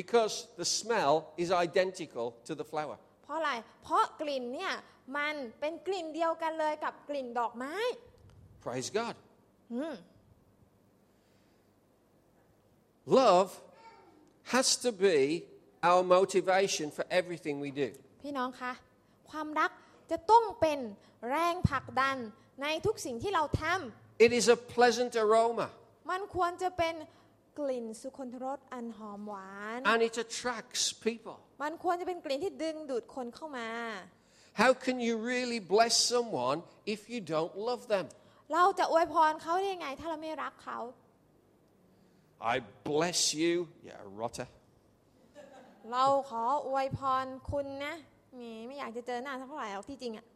A: because the smell is identical to the flower.
B: เพราะอะไร เพราะกลิ่นเนี่ยมันเป็นกลิ่นเดียวกันเลยกับกลิ่นดอกไม้
A: Praise God.
B: อืม
A: Love has to be our motivation for everything we do.
B: พี่น้องคะ ความรักจะต้องเป็นแรงผลักดันในทุกสิ่งที่เราทำ
A: It is a pleasant aroma
B: มันควรจะเป็นกลิ่นสุคนทรสอันหอมหวาน
A: and it attracts people.
B: มันควรจะเป็นกลิ่นที่ดึงดูดคนเข้ามา
A: How can you really bless someone if you don't love them?
B: เราจะอวยพรเขาได้ยังไง ถ้าเราไม่รักเขา
A: I bless you. Yeah, rotter.
B: เราขออวยพรคุณนะแหมไม่อยากจะเจอหน้าสักเท่าไหร่หรอกที่จริงอ่ะ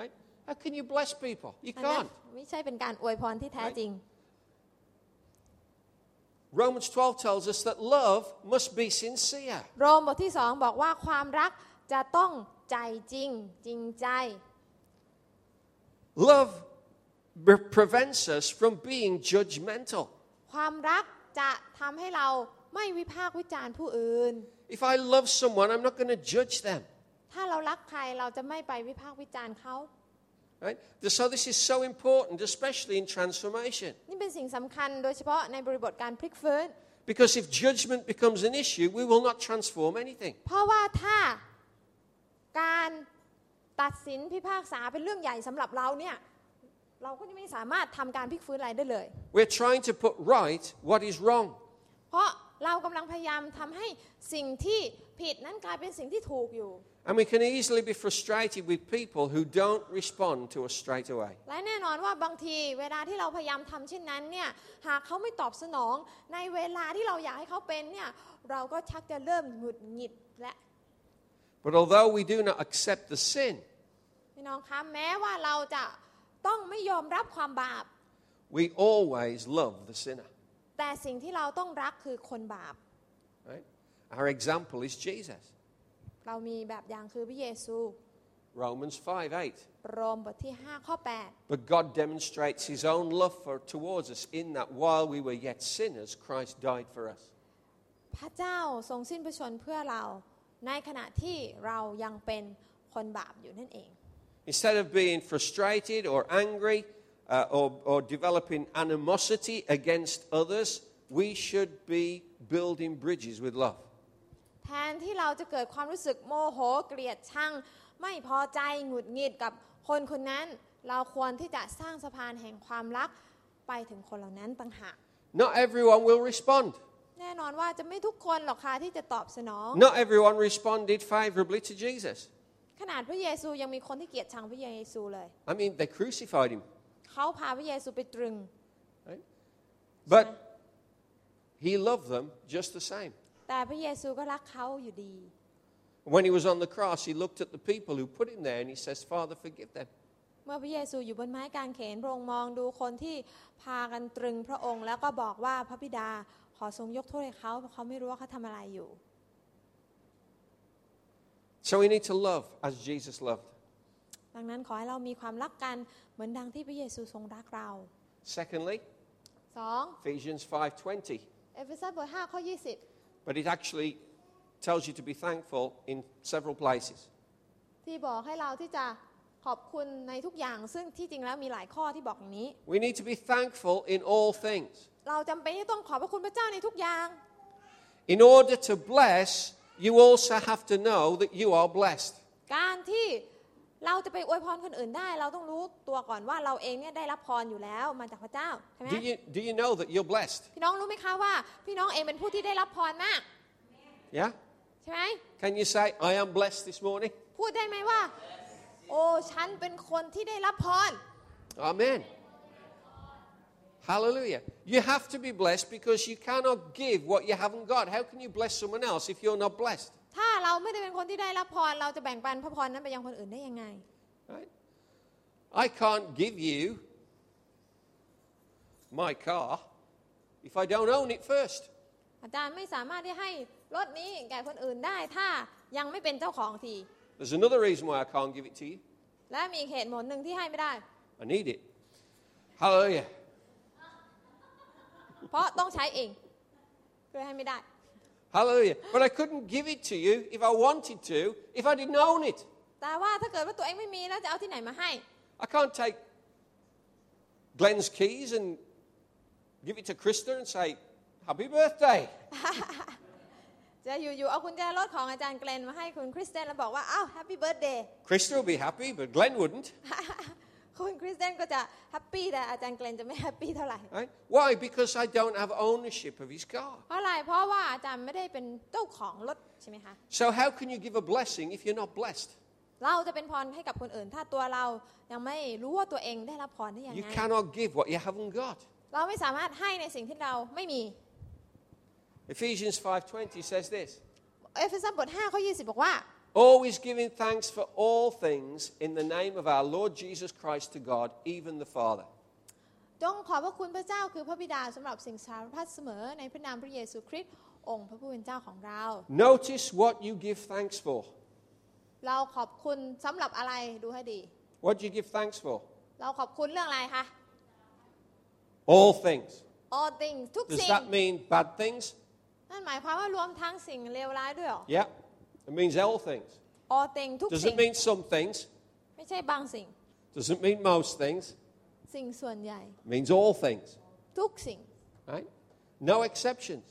A: Right? How can you bless people? You
B: มันไม่
A: can't.
B: ไม่ใช่เป็นการอวยพรที่แท้จริง
A: Romans 12 tells us that love must be sincere.
B: โรมบทที่สองบอกว่าความรักจะต้องใจจริง จริงใจ
A: Love pre- prevents us from being judgmental.
B: ความรักจะทำให้เราไม่วิพากษ์วิจารณ์ผู้อื่น
A: If I love someone, I'm not going to judge them.
B: ถ้าเรารักใครเราจะไม่ไปวิพากษ์วิจารณ์เขา
A: Right? Th- So this is so important, especially in transformation.
B: นี่เป็นสิ่งสำคัญโดยเฉพาะในบริบทการพลิกฟื้น
A: Because if judgment becomes an issue, we will not transform anything.
B: เพราะว่าถ้าการตัดสินพิพากษาเป็นเรื่องใหญ่สำหรับเราเนี่ย เราก็จะไม่สามารถทำการพลิกฟื้นอะไรได้เลย
A: We're trying to put right what is wrong.
B: เพราะเรากำลังพยายามทำให้สิ่งที่ผิดนั้นกลายเป็นสิ่งที่ถูกอยู่
A: And we can easily be frustrated with people who don't respond to us straight away.
B: และแน่นอนว่าบางทีเวลาที่เราพยายามทำเช่นนั้นเนี่ยหากเขาไม่ตอบสนองในเวลาที่เราอยากให้เขาเป็นเนี่ยเราก็ชักจะเริ่มหงุดหงิดและ
A: But although we do not accept the sin,
B: พี่น้องคะแม้ว่าเราจะต้องไม่ยอมรับความบาป
A: we always love the sinner.
B: แต่สิ่งที่เราต้องรักคือคนบาป
A: Right? Our example is Jesus.
B: เรามีแบบอย่างคือพระเยซู
A: Romans 5 8.
B: โรมบทที่ 5 ข้อ
A: But God demonstrates his own love for, towards us in that while we were yet sinners, Christ died for us.
B: 8 พระเจ้าทรงสิ้นพระชนเพื่อเรา ในขณะที่เรายังเป็นคนบาปอยู่นั่นเอง
A: Instead of being frustrated or angry uh, or, or developing animosity against others, we should be building bridges with love.
B: แทนที่เราจะเกิดความรู้สึกโมโหเกลียดชังไม่พอใจหงุดหงิดกับคนคนนั้น เราควรที่จะสร้างสะพานแห่งความรักไปถึงคนเหล่านั้นต่างหาก
A: Not everyone will respond.
B: แน่นอนว่าจะไม่ทุกคนหรอกค่ะที่จะตอบสนอง
A: Not everyone responded favorably to Jesus.
B: ขนาดพระเยซูยังมีคนที่เกลียดชังพระเยซูเลย
A: I mean, they crucified him,
B: เขาพาพระเยซูไปตรึง
A: right? But he loved them just the same.
B: แต่พระเยซูก็รักเขาอยู่ดี
A: When he was on the cross, he looked at the people who put him there and he says, Father, forgive them.
B: เมื่อพระเยซูอยู่บนไม้กางเขนพระองค์มองดูคนที่พากันตรึงพระองค์ แล้วก็บอกว่าพระบิดาขอทรงยกโทษให้เขาเพราะเขาไม่รู้ว่าเขาทำอะไรอยู่
A: So we need to love as Jesus loved.
B: ดังนั้นขอให้เรามีความรักกันเหมือนดังที่พระเยซูทรงรักเรา
A: Secondly,
C: 2
A: Ephesians 5:20.
C: เอเฟซัสบท5ข้อ 20
A: But it actually tells you to be thankful in several places.
C: ที่บอกให้เราที่จะขอบคุณในทุกอย่าง ซึ่งที่จริงแล้วมีหลายข้อที่บอกอย่างนี้
A: We need to be thankful in all things.
B: เราจำเป็นที่ต้องขอบพระคุณพระเจ้าในทุกอย่าง
A: In order to bless, you also have to know that you are blessed.
B: การที่เราจะไปอวยพรคนอื่นได้ เราต้องรู้ตัวก่อนว่าเราเองเนี่ยได้รับพรอยู่แล้วมาจากพระเจ้าใช่ไหม
A: Do you, do you know that you're blessed?
B: พี่น้องรู้ไหมคะว่า พี่น้องเองเป็นผู้ที่ได้รับพรมาก
A: Yeah?
B: ใช่ไหม
A: Can you say, I am blessed this morning?
B: พูดได้ไหมว่า โอ้ฉันเป็นคนที่ได้รับพร
A: Amen. Hallelujah. You have to be blessed because you cannot give what you haven't got. How can you bless someone else if you're not blessed?
B: ถ้าเราไม่ได้เป็นคนที่ได้รับพร เราจะแบ่งปันพระพรนั้นไปยังคนอื่นได้ยังไง
A: Right? I can't give you my car if I don't own it first.
B: อาจารย์ไม่สามารถที่ให้รถนี้แก่คนอื่นได้ถ้ายังไม่เป็นเจ้าของที
A: There's another reason why I can't give it to you.
B: และมีอีกเหตุผลหนึ่งที่ให้ไม่ได้
A: I need it. Hallelujah.
B: เพราะต้องใช้เองเพื่อให้ไม่ได้
A: Hallelujah. But I couldn't give it to you if I wanted to, if I didn't own it.
B: แต่ว่าถ้าเกิดว่าตัวเองไม่มีแล้วจะเอาที่ไหนมาให้
A: I can't take Glenn's keys and give it to Krista and say, Happy birthday.
B: จะอยู่ๆเอากุญแจรถของอาจารย์เกรนมาให้คุณคริสเตนแล้วบอกว่าอ้าวแฮปปี้เบิร์ดเดย์
A: Krista will be happy, but Glenn wouldn't.
B: คุณคริสเตนก็จะแฮปปี้แต่อาจารย์เกรนจะไม่แฮปปี้เท่าไหร่
A: Right? Why? Because I don't have ownership of his car.
B: เพราะอะไรเพราะว่าอาจารย์ไม่ได้เป็นเจ้าของรถใช่ไหมคะ
A: So, how can you give a blessing if you're not blessed?
B: เราจะเป็นพรให้กับคนอื่น ถ้าตัวเรายังไม่รู้ว่าตัวเองได้รับพรได้ยัง
A: You
B: ไง
A: cannot give what you haven't got.
B: เราไม่สามารถให้ในสิ่งที่เราไม่มี
A: Ephesians 5:20 says this.
B: เอเฟซัสบท5ข้อ20 บอกว่า
A: Always giving thanks for all things in the name of our Lord Jesus Christ to God, even the Father.
B: จงขอบพระคุณพระเจ้าคือพระบิดาสำหรับสิ่งสารพัดเสมอในพระนามพระเยซูคริสต์องค์พระผู้เป็นเจ้าของเรา
A: Notice what you give thanks for.
B: เราขอบคุณสำหรับอะไรดูให้ดี
A: What do you give thanks for?
B: เราขอบคุณเรื่องอะไรคะ
A: All things.
B: all things ทุก
A: Does
B: สิ่ง
A: that mean bad things?
B: นั่นหมายความว่ารวมทั้งสิ่งเลวร้ายด้วยเหรอ
A: Yeah. It means all things.
B: all things ทุกสิ่ง
A: Doesn't mean some things.
B: ไม่ใช่บางสิ่ง
A: Doesn't mean most things.
B: สิ่งส่วนใหญ่
A: Means all things.
B: ทุกสิ่ง
A: Right? No exceptions.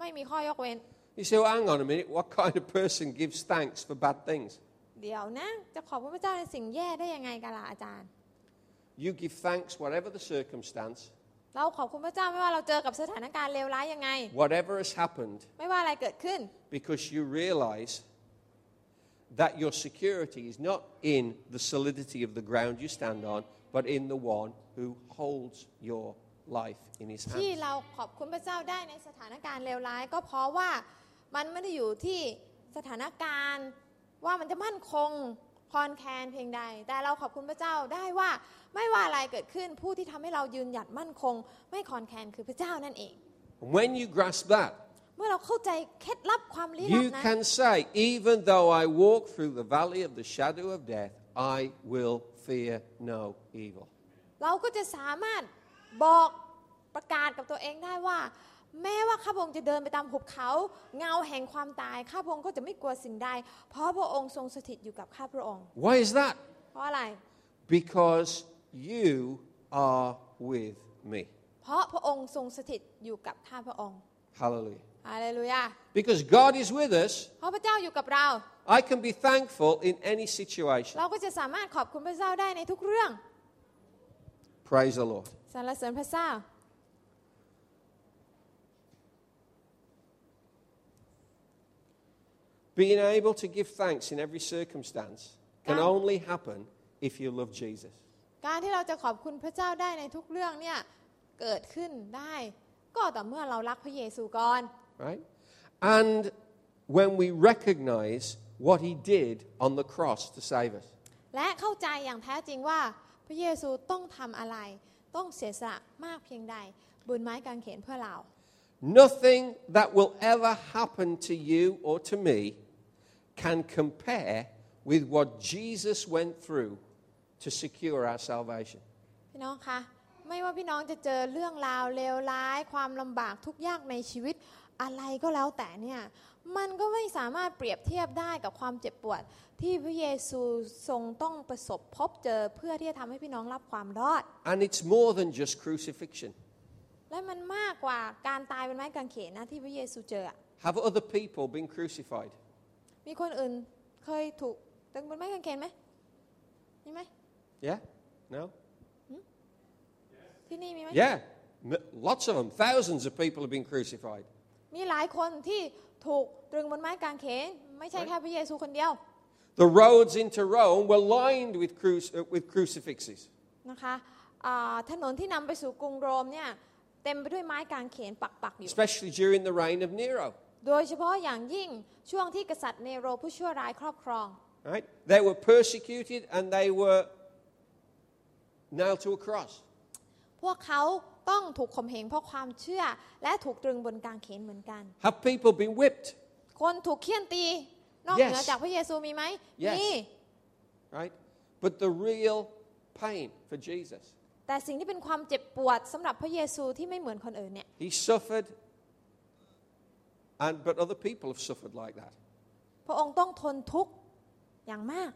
B: ไม่มีข้อยกเว้น
A: You say, well, hang on a minute. What kind of person gives thanks for bad things?
B: เดี๋ยวนะ จะขอบคุณพระเจ้าในสิ่งแย่ได้ยังไงกันล่ะอาจารย์
A: You give thanks whatever the circumstance,
B: เราขอบคุณพระเจ้าไม่ว่าเราเจอกับสถานการณ์เลวร้ายยังไง
A: whatever has happened,
B: ไม่ว่าอะไรเกิดขึ้น
A: because you realize that your security is not in the solidity of the ground you stand on, but in the one who holds your life in his
B: ที่
A: hands.
B: เราขอบคุณพระเจ้าได้ในสถานการณ์เลวร้าย ก็เพราะว่ามันไม่ได้อยู่ที่สถานการณ์ว่ามันจะมั่นคงพรแคนเพียงใด แต่เราขอบคุณพระเจ้าได้ว่าไม่ว่าอะไรเกิดขึ้นผู้ที่ทำให้เรายืนหยัดมั่นคง ไม่คอนแคนคือพระเจ้านั่นเอง
A: And when you grasp that,
B: เมื่อเราเข้าใจเคล็ดลับความลี้ลับ
A: you
B: นะ
A: can say, even though I walk through the valley of the shadow of death, I will fear no evil.
B: เราก็จะสามารถบอกประกาศกับตัวเองได้ว่า แม้ว่าข้าพระองค์จะเดินไปตามหุบเขา เงาแห่งความตายข้าพระองค์ก็จะไม่กลัวสิ่งใด เพราะพระองค์ทรงสถิตอยู่กับข้าพระองค์
A: Why is that?
B: เพราะอะไร
A: Because you are with me.
B: เพราะพระองค์ทรงสถิตอยู่กับข้าพระองค์
A: Hallelujah.
B: ฮาเลลูยา
A: Because God is with us,
B: เพราะพระเจ้าอยู่กับเรา
A: I can be thankful in any situation.
B: เราก็จะสามารถขอบคุณพระเจ้าได้ในทุกเรื่อง
A: Praise the Lord.
B: สรรเสริญพระเจ้า
A: Being able to give thanks in every circumstance can
B: Yeah.
A: only happen if you love Jesus.
B: การที่เราจะขอบคุณพระเจ้าได้ในทุกเรื่องเนี่ยเกิดขึ้นได้ ก็ต่อเมื่อเรารักพระเยซูก่อน
A: right? And when we recognize what he did on the cross to save us.
B: และเข้าใจอย่างแท้จริงว่าพระเยซูต้องทำอะไร ต้องเสียสละมากเพียงใดบนไม้กางเขนเพื่อเรา
A: Nothing that will ever happen to you or to me can compare with what Jesus went through to secure our salvation.
B: พี่น้องคะไม่ว่าพี่น้องจะเจอเรื่องราวเลวร้าย ความลำบากทุกข์ยากในชีวิตอะไรก็แล้วแต่เนี่ยมันก็ไม่สามารถเปรียบเทียบได้กับความเจ็บปวด ที่พระเยซูทรงต้องประสบพบเจอเพื่อที่จะทำให้พี่น้องรับความรอด
A: And it's more than just crucifixion.
B: และมันมากกว่าการตายเป็นไม้กางเขนนะที่พระเยซูเจออะ
A: Have other people been crucified?
B: มีคนอื่นเคยถูกตึงบนไม้กางเขนไหมมีไหม
A: Yeah? No?
B: ที่นี่มีไหม
A: Yeah. M- lots of them. Thousands of people have been crucified.
B: มีหลายคนที่ถูกตรึงบนไม้กางเขน ไม่ใช่แค่พระเยซูคนเดียว
A: The roads into Rome were lined with, cruci- uh, with crucifixes.
B: นะคะอ่าถนนที่นำไปสู่กรุงโรมเนี่ยเต็มไปด้วยไม้กางเขนปักๆอยู่
A: especially during the reign of Nero.
B: โดยเฉพาะอย่างยิ่งช่วงที่กษัตริย์เนโรผู้ชั่วร้ายครอบครอง
A: Right? They were persecuted and they were nailed to a cross.
B: พวกเขาต้องถูกข่มเหงเพราะความเชื่อ และถูกตรึงบนกางเขนเหมือนกัน
A: Have people been whipped?
B: คนถูกเคี่ยนตี นอก
A: Yes.
B: เหนือจากพระเยซูมีไหม
A: Yes.
B: มี
A: Right? But the real pain for Jesus,
B: แต่สิ่งที่เป็นความเจ็บปวดสำหรับพระเยซูที่ไม่เหมือนคนอื่นเนี่ย
A: he suffered, and but other people have suffered like that.
B: พระองค์ต้องทนทุกข์อย่างมาก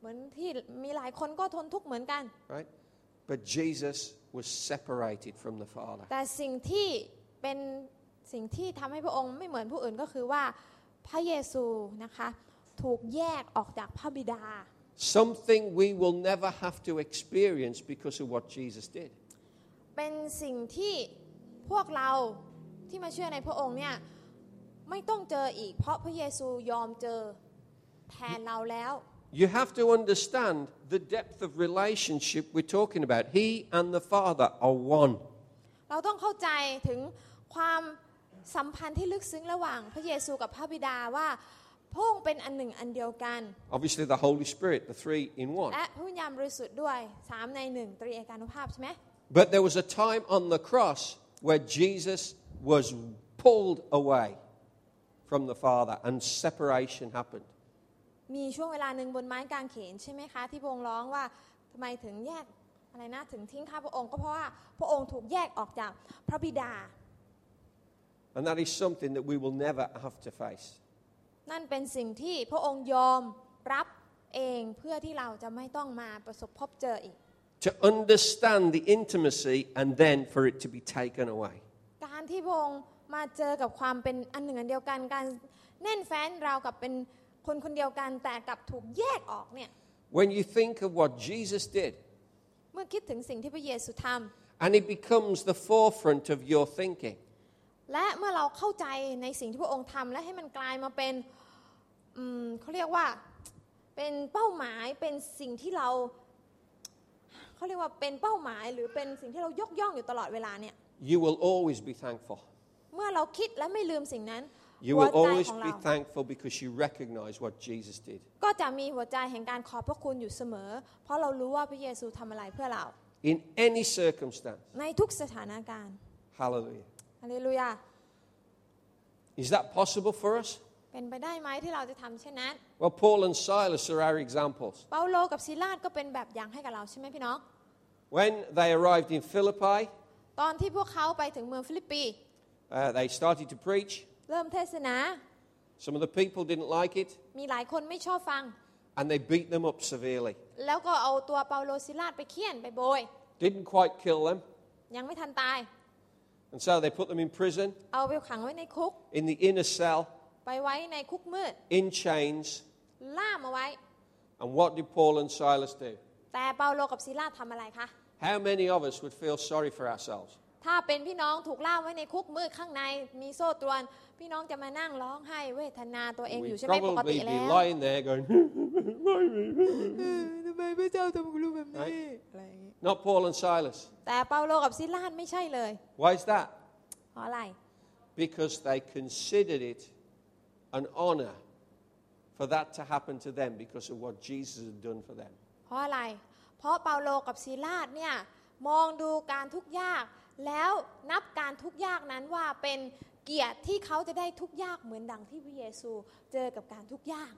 B: เหมือนที่มีหลายคนก็ทนทุกข์เหมือนกัน
A: Right? But Jesus was separated from the Father.
B: แต่สิ่งที่เป็นสิ่งที่ทำให้พระองค์ไม่เหมือนผู้อื่นก็คือว่าพระเยซูนะคะถูกแยกออกจากพระบิดา
A: Something we will never have to experience because of what Jesus did.
B: เป็นสิ่งที่พวกเราที่มาเชื่อในพระองค์เนี่ยไม่ต้องเจออีก เพราะพระเยซูยอมเจอแทนเราแล้ว
A: You have to understand the depth of relationship we're talking about. He and the Father are one.
B: เราต้องเข้าใจถึงความสัมพันธ์ที่ลึกซึ้งระหว่างพระเยซูกับพระบิดาว่าพระองค์เป็นอันหนึ่งอันเดียวกัน
A: Obviously, the Holy Spirit, the three in one.
B: และพระวิญญาณบริสุทธิ์ด้วยสามในหนึ่งตรีเอกานุภาพใช่ไหม
A: But there was a time on the cross where Jesus was pulled away from the Father and separation happened.
B: มีช่วงเวลาหนึ่งบนไม้กางเขนใช่ไหมคะ ที่พระองค์ร้องว่าทำไมถึงแยกอะไรนะถึงทิ้งข้าพระองค์ก็เพราะว่าพระองค์ถูกแยกออกจากพระบิดา
A: And that is something that we will never have to face.
B: นั่นเป็นสิ่งที่พระองค์ยอมรับเองเพื่อที่เราจะไม่ต้องมาประสบพบเจออีก
A: To understand the intimacy and then for it to be taken away.
B: การที่พระองค์มาเจอกับความเป็นอันหนึ่งอันเดียวกันการแน่นแฟ้นเราวกับเป็นคนคนเดียวกันแต่กลับถูกแยกออกเนี่ย
A: When you think of what Jesus did,
B: เมื่อคิดถึงสิ่งที่พระเยซูท
A: and it becomes the forefront of your thinking.
B: ำและเมื่อเราเข้าใจในสิ่งที่พระองค์ทำและให้มันกลายมาเป็นอืมเขาเรียกว่าเป็นเป้าหมายเป็นสิ่งที่เราเขาเรียกว่าเป็นเป้าหมาย หรือเป็นสิ่งที่เรายกย่องอยู่ตลอดเวลาเนี่ย
A: You will always be thankful.
B: เมื่อเราคิดและไม่ลืมสิ่งนั้น
A: You
B: หั
A: will
B: วใจ
A: always
B: ของ
A: be
B: เรา
A: thankful because you recognize what Jesus did.
B: ก็จะมีหัวใจแห่งการขอบพระคุณอยู่เสมอ เพราะเรารู้ว่าพระเยซูทำอะไรเพื่อเรา
A: In any circumstance,
B: ในทุกสถานการณ์
A: hallelujah.
B: ฮาเลลูยา
A: Is that possible for us?
B: เป็นไปได้ไหมที่เราจะทำเช่นนั้น
A: Well, Paul and Silas are our examples.
B: เปาโลกับซิลาสก็เป็นแบบอย่างให้กับเราใช่ไหมพี่น้อง
A: When they arrived in Philippi,
B: ตอนที่พวกเขาไปถึงเมืองฟิลิปปี
A: uh, they started to preach.
B: เริ่มเทศนา
A: Some of the people didn't like it,
B: มีหลายคนไม่ชอบฟัง
A: and they beat them up severely.
B: แล้วก็เอาตัวเปาโลซิลาสไปเคี่ยนไปโบย
A: Didn't quite kill them,
B: ยังไม่ทันตาย
A: and so they put them in prison,
B: เอาไปขังไว้ในคุก
A: in the inner cell,
B: ไปไว้ในคุกมืด
A: in chains.
B: ล่ามเอาไว้
A: And what did Paul and Silas do?
B: แต่เปาโลกับซิลาสทำอะไรคะ
A: How many of us would feel sorry for ourselves?
B: ถ้าเป็นพี่น้องถูกล่ามไว้ในคุกมืดข้างในมีโซ่ตรวน พี่น้องจะมานั่งร้องไห้เวทนาตัวเองอ
A: We'd
B: ยู่ใช่ไหมปกติ
A: probably
B: แล้
A: be
B: ว
A: lying there going, <laughs>
B: เออทำไมพระเจ้าทำกับลูกแบบนี้ อะไรอย่างงี้
A: not Paul and Silas.
B: แต่เปาโลกับซิลานไม่ใช่เลย
A: Why is that?
B: เพราะอะไร
A: Because they considered it an honor for that to happen to them because of what Jesus had done for them.
B: เพราะอะไร เพราะเปาโลกับซิลาสเนี่ยมองดูการทุกข์ยาก แล้วนับการทุกข์ยากนั้นว่าเป็นเกียรติที่เขาจะได้ทุกข์ยากเหมือนดังที่พระเยซูเจอกับการทุกข์ยาก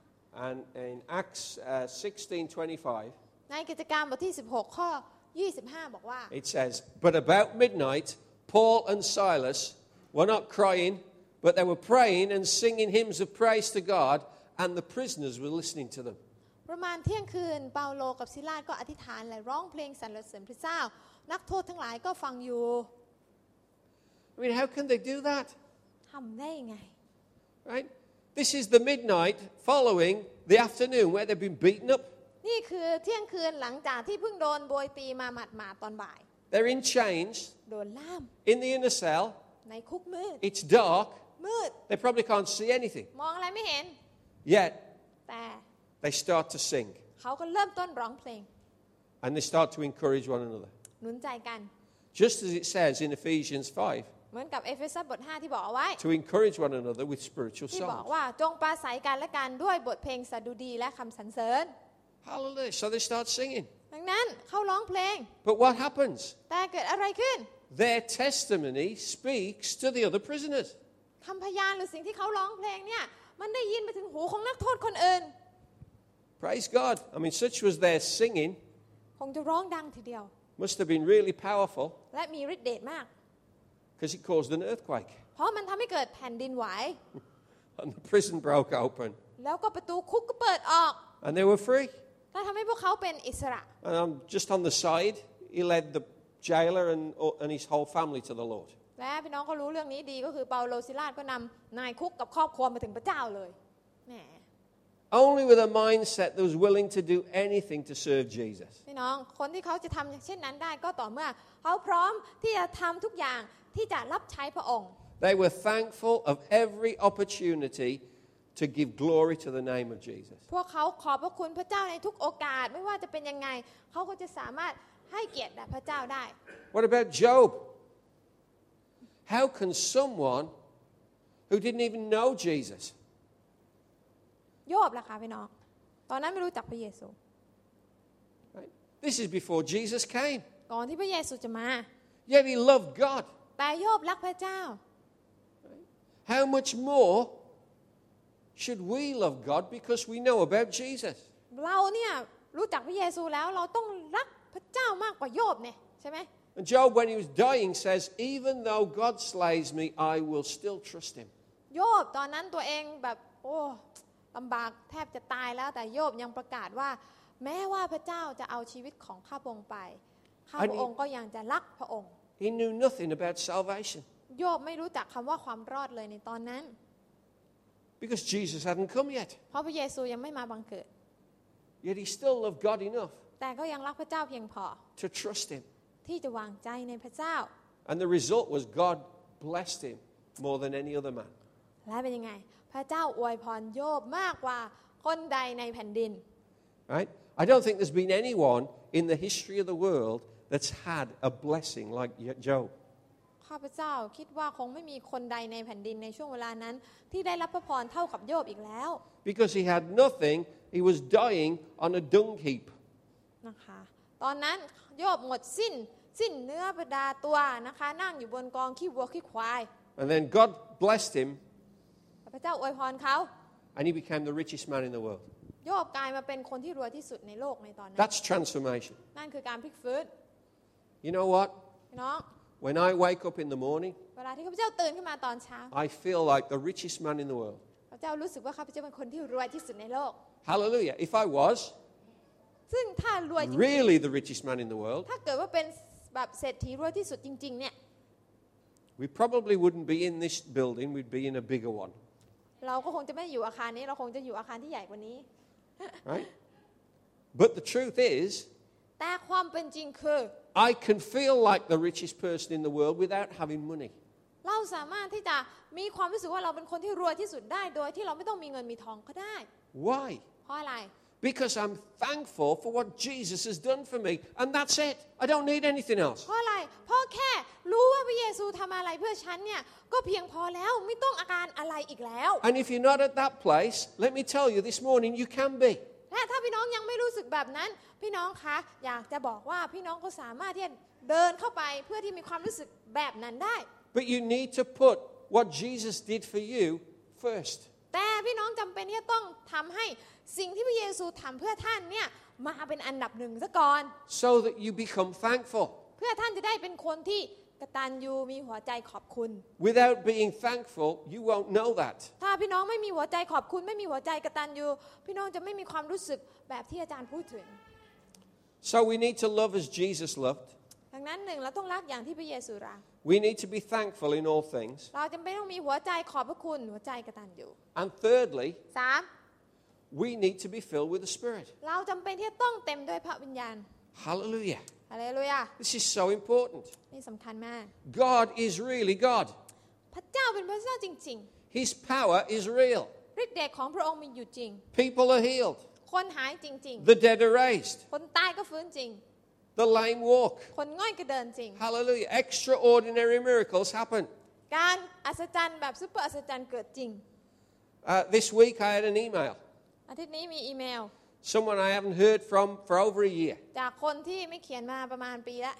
A: And in Acts uh, 16 25,
C: ในกิจการบทที่ 16 ข้อ 25 บอกว่า
A: it says, But about midnight, Paul and Silas were not crying, but they were praying and singing hymns of praise to God, and the prisoners were listening to them.
C: ประมาณเที่ยงคืนเปาโลกับซิลาสก็อธิษฐานและร้องเพลงสรรเสริญพระเจ้า นักโทษทั้งหลายก็ฟังอยู่
A: I mean, how can they do that?
B: ทำได้ยังไง
A: Right? This is the midnight following the afternoon where they've been beaten up.
C: นี่คือเที่ยงคืนหลังจากที่เพิ่งโดนโบยตีมาหมาดๆตอนบ่าย
A: They're in chains,
C: โดนล่าม
A: in the inner cell.
C: ในคุกมืด
A: It's dark.
C: มืด
A: They probably can't see anything.
C: มองอะไรไม่เห็น
A: Yet,
C: แต่
A: they start to sing
C: เขาก็เริ่มต้นร้องเพลง
A: and they start to encourage one another.
C: หนุนใจกัน
A: Just as it says in Ephesians 5,
C: เหมือนกับเอเฟซัสบท 5 ที่บอกเอาไว้
A: to encourage one another with spiritual
C: ที่บอก
A: songs.
C: ว่าจงปราศัยกันและกันด้วยบทเพลงสดุดีและคำสรรเสริญ
A: Hallelujah. So they start singing.
C: ดังนั้นเขาร้องเพลง
A: But what happens?
C: แต่เกิดอะไรขึ้น
A: Their testimony speaks to the other prisoners.
C: คำพยานหรือสิ่งที่เขาร้องเพลงเนี่ย มันได้ยินไปถึงหูของนักโทษคนอื่น
A: Praise God. I mean, such was their singing,
B: คงจะร้องดังทีเดียว
A: must have been really powerful
B: และมีฤทธิ์เดชมาก
A: because it caused an earthquake <laughs>
B: เพราะมันทำให้เกิดแผ่นดินไหว
A: and the prison broke open
B: แล้วก็ประตูคุกก็เปิดออก
A: and they were free.
B: และทำให้พวกเขาเป็นอิสระ
A: And um, just on the side, he led the jailer and, uh, and his whole family to the Lord.
B: และพี่น้องก็รู้เรื่องนี้ดีก็คือเปาโลซิลาสก็นำนายคุกกับครอบครัวมาถึงพระเจ้าเลยแหม
A: Only with a mindset that was willing to do anything to serve Jesus.
B: พี่น้อง คนที่เขาจะทำเช่นนั้นได้ก็ต่อเมื่อเขาพร้อมที่จะทำทุกอย่างที่จะรับใช้พระองค์
A: They were thankful of every opportunity to give glory to the name of Jesus.
B: พวกเขาขอบพระคุณพระเจ้าในทุกโอกาสไม่ว่าจะเป็นยังไง เขาก็จะสามารถให้เกียรติแด่พระเจ้าได้
A: What about Job? How can someone who didn't even know Jesus,
B: โยบล่ะคะพี่น้อง ตอนนั้นไม่รู้จักพระเยซู
A: right? this is before Jesus came,
B: ก่อนที่พระเยซูจะมา
A: yet he loved God.
B: แต่โยบรักพระเจ้า
A: How much more should we love God because we know about Jesus?
B: เราเนี่ยรู้จักพระเยซูแล้วเราต้องรักพระเจ้ามากกว่าโยบเนี่ยใช่ไหม
A: And Job, when he was dying, says, Even though God slays me, I will still trust him.
B: โยบตอนนั้นตัวเองแบบโอ้ลำบากแทบจะตายแล้วแต่โยบยังประกาศว่า แม้ว่าพระเจ้าจะเอาชีวิตของข้าพระองค์ไปข้าพระองค์ก็ยังจะรักพระองค์
A: He knew nothing about salvation
B: โยบไม่รู้จักคำว่าความรอดเลยในตอนนั้น
A: because Jesus hadn't come yet.
B: เพราะพระเยซูยังไม่มาบังเกิด
A: Yet he still loved God enough
B: แต่ก็ยังรักพระเจ้าเพียงพอ
A: to trust him.
B: ที่จะวางใจในพระเจ้า
A: And the result was God blessed him more than any other man.
B: และเป็นยังไง พระเจ้าอวยพรโยบมากกว่าคนใดในแผ่นดิน
A: Right? I don't think there's been anyone in the history of the world that's had a blessing like Yo- Job.
B: ข้าพเจ้าคิดว่าคงไม่มีคนใดในแผ่นดินในช่วงเวลานั้น ที่ได้รับพระพรเท่ากับโยบอีกแล้ว
A: Because he had nothing, he was dying on a dung heap.
B: นะคะ ตอนนั้นโยบหมดสิ้น สิ้นเนื้อประดาตัวนะคะ นั่งอยู่บนกองขี้วัวขี้ควาย
A: And then God blessed him
B: พระเจ้าอวยพรเขา
A: and he became the richest man in the world.
B: โยบกลายมาเป็นคนที่รวยที่สุดในโลกในตอนนั้น
A: That's transformation.
B: นั่นคือการพลิกฟื้น
A: You know what?
B: พี่น้อง
A: When I wake up in the morning,
B: เวลาที่ข้าพเจ้าตื่นขึ้นมาตอนเช้า
A: I feel like the richest man in the world.
B: ข้าพเจ้ารู้สึกว่าข้าพเจ้าเป็นคนที่รวยที่สุดในโลก
A: Hallelujah. If I was
B: ซึ่งถ้ารวยจริง
A: really the richest man in the world,
B: ถ้าเกิดว่าเป็นแบบเศรษฐีรวยที่สุดจริงๆเนี่ย
A: we probably wouldn't be in this building, we'd be in a bigger one.
B: เราก็คงจะไม่อยู่อาคารนี้ เราคงจะอยู่อาคารที่ใหญ่กว่านี้
A: right? But the truth is,
B: แต่ความเป็นจริงคือ
A: I can feel like the richest person in the world without having money.
B: เราสามารถที่จะมีความรู้สึกว่าเราเป็นคนที่รวยที่สุดได้โดยที่เราไม่ต้องมีเงินมีทองก็ได้
A: Why?
B: เพราะอะไร
A: Because I'm thankful for what Jesus has done for me, and that's it. I don't need anything else.
B: เพราะอะไร เพราะแค่รู้ว่าพระเยซูทำอะไรเพื่อฉันเนี่ยก็เพียงพอแล้วไม่ต้องอาการอะไรอีกแล้ว
A: And if you're not at that place, let me tell you this morning, you can be.
B: และถ้าพี่น้องยังไม่รู้สึกแบบนั้น พี่น้องคะ อยากจะบอกว่าพี่น้องก็สามารถที่จะเดินเข้าไปเพื่อที่มีความรู้สึกแบบนั้นได้
A: But you need to put what Jesus did for you first.
B: แต่พี่น้องจำเป็นที่จะต้องทำให้ สิ่งที่พระเยซูทำเพื่อท่านเนี่ยมาเป็นอันดับหนึ่งซะก่อน
A: so that you become thankful.
B: เพื่อท่านจะได้เป็นคนที่กตัญญูมีหัวใจขอบคุณ
A: Without being thankful, you won't know that.
B: ถ้าพี่น้องไม่มีหัวใจขอบคุณ ไม่มีหัวใจกตัญญูพี่น้องจะไม่มีความรู้สึกแบบที่อาจารย์พูดถึง
A: So we need to love as Jesus loved.
B: ดังนั้นหนึ่งเราต้องรักอย่างที่พระเยซูรัก
A: We need to be thankful in all things.
B: เราจำเป็นต้องมีหัวใจขอบพระคุณหัวใจกตัญญู
A: And thirdly,
B: สาม
A: we need to be filled with the Spirit.
B: เราจำเป็นที่จะต้องเต็มด้วยพระวิญญาณ
A: Hallelujah.
B: อะไรเลยอ่ะ
A: This is so important.
B: นี่สำคัญมาก
A: God is really God.
B: พระเจ้าเป็นพระเจ้าจริง
A: His power is real.
B: ๆฤทธิ์เดชของพระองค์มีอยู่จริง
A: People are healed.
B: คนหายจริง
A: The dead are raised.
B: ๆ คนตายก็ฟื้นจริง
A: The lame walk.
B: คนง่อยก็เดินจริง
A: Hallelujah. Extraordinary miracles happen.
B: การอัศจรรย์แบบซุปเปอร์อัศจรรย์เกิดจริง
A: Uh, this week I had an email.
B: อาทิตย์นี้มีอีเมล
A: Someone I haven't heard from for over a year.
B: จากคนที่ไม่เขียนมาประมาณปีละ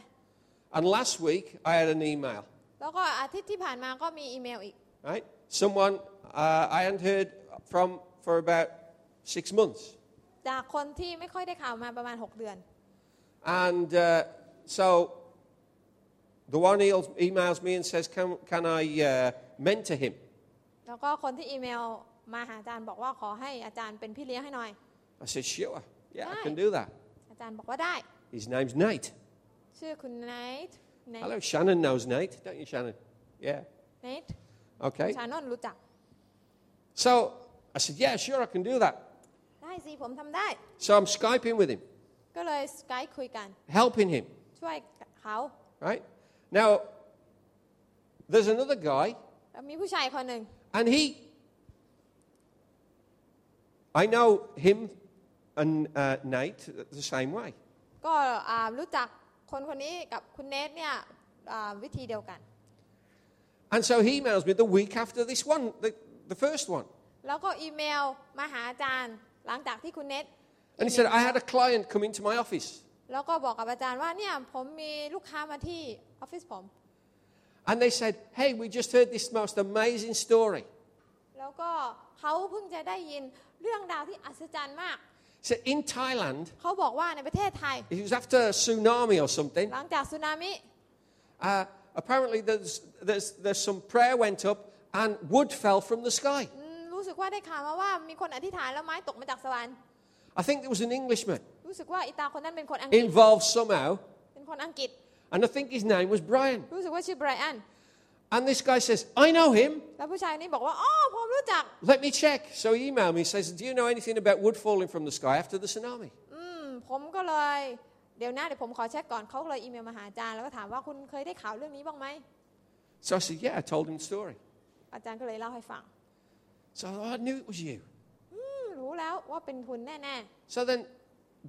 A: And last week I had an email.
B: แล้วก็อาทิตย์ที่ผ่านมาก็มีอีเมลอีก
A: Right? Someone uh, I hadn't heard from for about six months.
B: จากคนที่ไม่ค่อยได้ข่าวมาประมาณ 6 เดือน
A: And uh, so the one he emails me and says, Can, can I uh, mentor him?
B: แล้วก็คนที่อีเมลมาหาอาจารย์บอกว่าขอให้อาจารย์เป็นพี่เลี้ยงให้หน่อย
A: I said, Sure. Yeah, I
B: Right.
A: can do that.
B: อาจารย์บอกว่าได้
A: His name's Nate.
B: ชื่อคุณไนท์ไน
A: Hello, Shannon knows Nate, don't you, Shannon? Yeah.
B: ท์
A: Okay.
B: ชานนท์รู้จัก
A: So I said, Yeah, sure, I can do that.
B: ได้สิผมทำได้
A: So I'm Skyping with him,
B: ก็เลยสกายคุยกัน
A: helping him,
B: ช่วยเขา
A: right? Now, there's another guy,
B: แล้วมีผู้ชายคนหนึ่ง
A: and he, I know him and uh, Nate the same way.
B: ก็อ่ารู้จักคนคนนี้กับคุณเนทเนี่ยอ่าวิธีเดียวกัน
A: And so he emails me the week after this one, the, the first one.
B: แล้วก็อีเมลมาหาอาจารย์หลังจากที่คุณเนท
A: And he said, I had a client come into my office,
B: แล้วก็บอกกับอาจารย์ว่าเนี่ยผมมีลูกค้ามาที่ออฟฟิศผม
A: and they said, Hey, we just heard this most amazing story.
B: แล้วก็เขาเพิ่งจะได้ยินเรื่องราวที่อัศจรรย์มาก
A: So in Thailand,
B: เขาบอกว่าในประเทศไทย
A: it was after a tsunami or something.
B: หลังจากสึนามิ
A: Uh, apparently, there's, there's, there's some prayer went up and wood fell from the sky.
B: อืมรู้สึกว่าได้ข่าวมาว่ามีคนอธิษฐานแล้วไม้ตกมาจากสวรรค์
A: I think there was an Englishman
B: รู้สึกว่าอีตาคนนั้นเป็นคนอังกฤษ
A: involved somehow,
B: เป็นคนอังกฤษ
A: and I think his name was Brian.
B: รู้สึกว่าชื่อไบรอัน
A: And this guy says, I know him.
B: แล้วผู้ชายคนนี้บอกว่าอ๋อผมรู้จัก
A: Let me check. So he emailed me. He says, Do you know anything about wood falling from the sky after the tsunami?
B: อืมผมก็เลย เดี๋ยวนะเดี๋ยวผมขอเช็คก่อนเขาก็เลยอีเมลมาหาอาจารย์แล้วก็ถามว่าคุณเคยได้ข่าวเรื่องนี้บ้างไหม
A: So I said, Yeah, I told him the story.
B: อาจารย์ก็เลยเล่าให้ฟัง
A: So I, thought, I knew it was you.
B: อืมรู้แล้วว่าเป็นคุณแน่
A: So then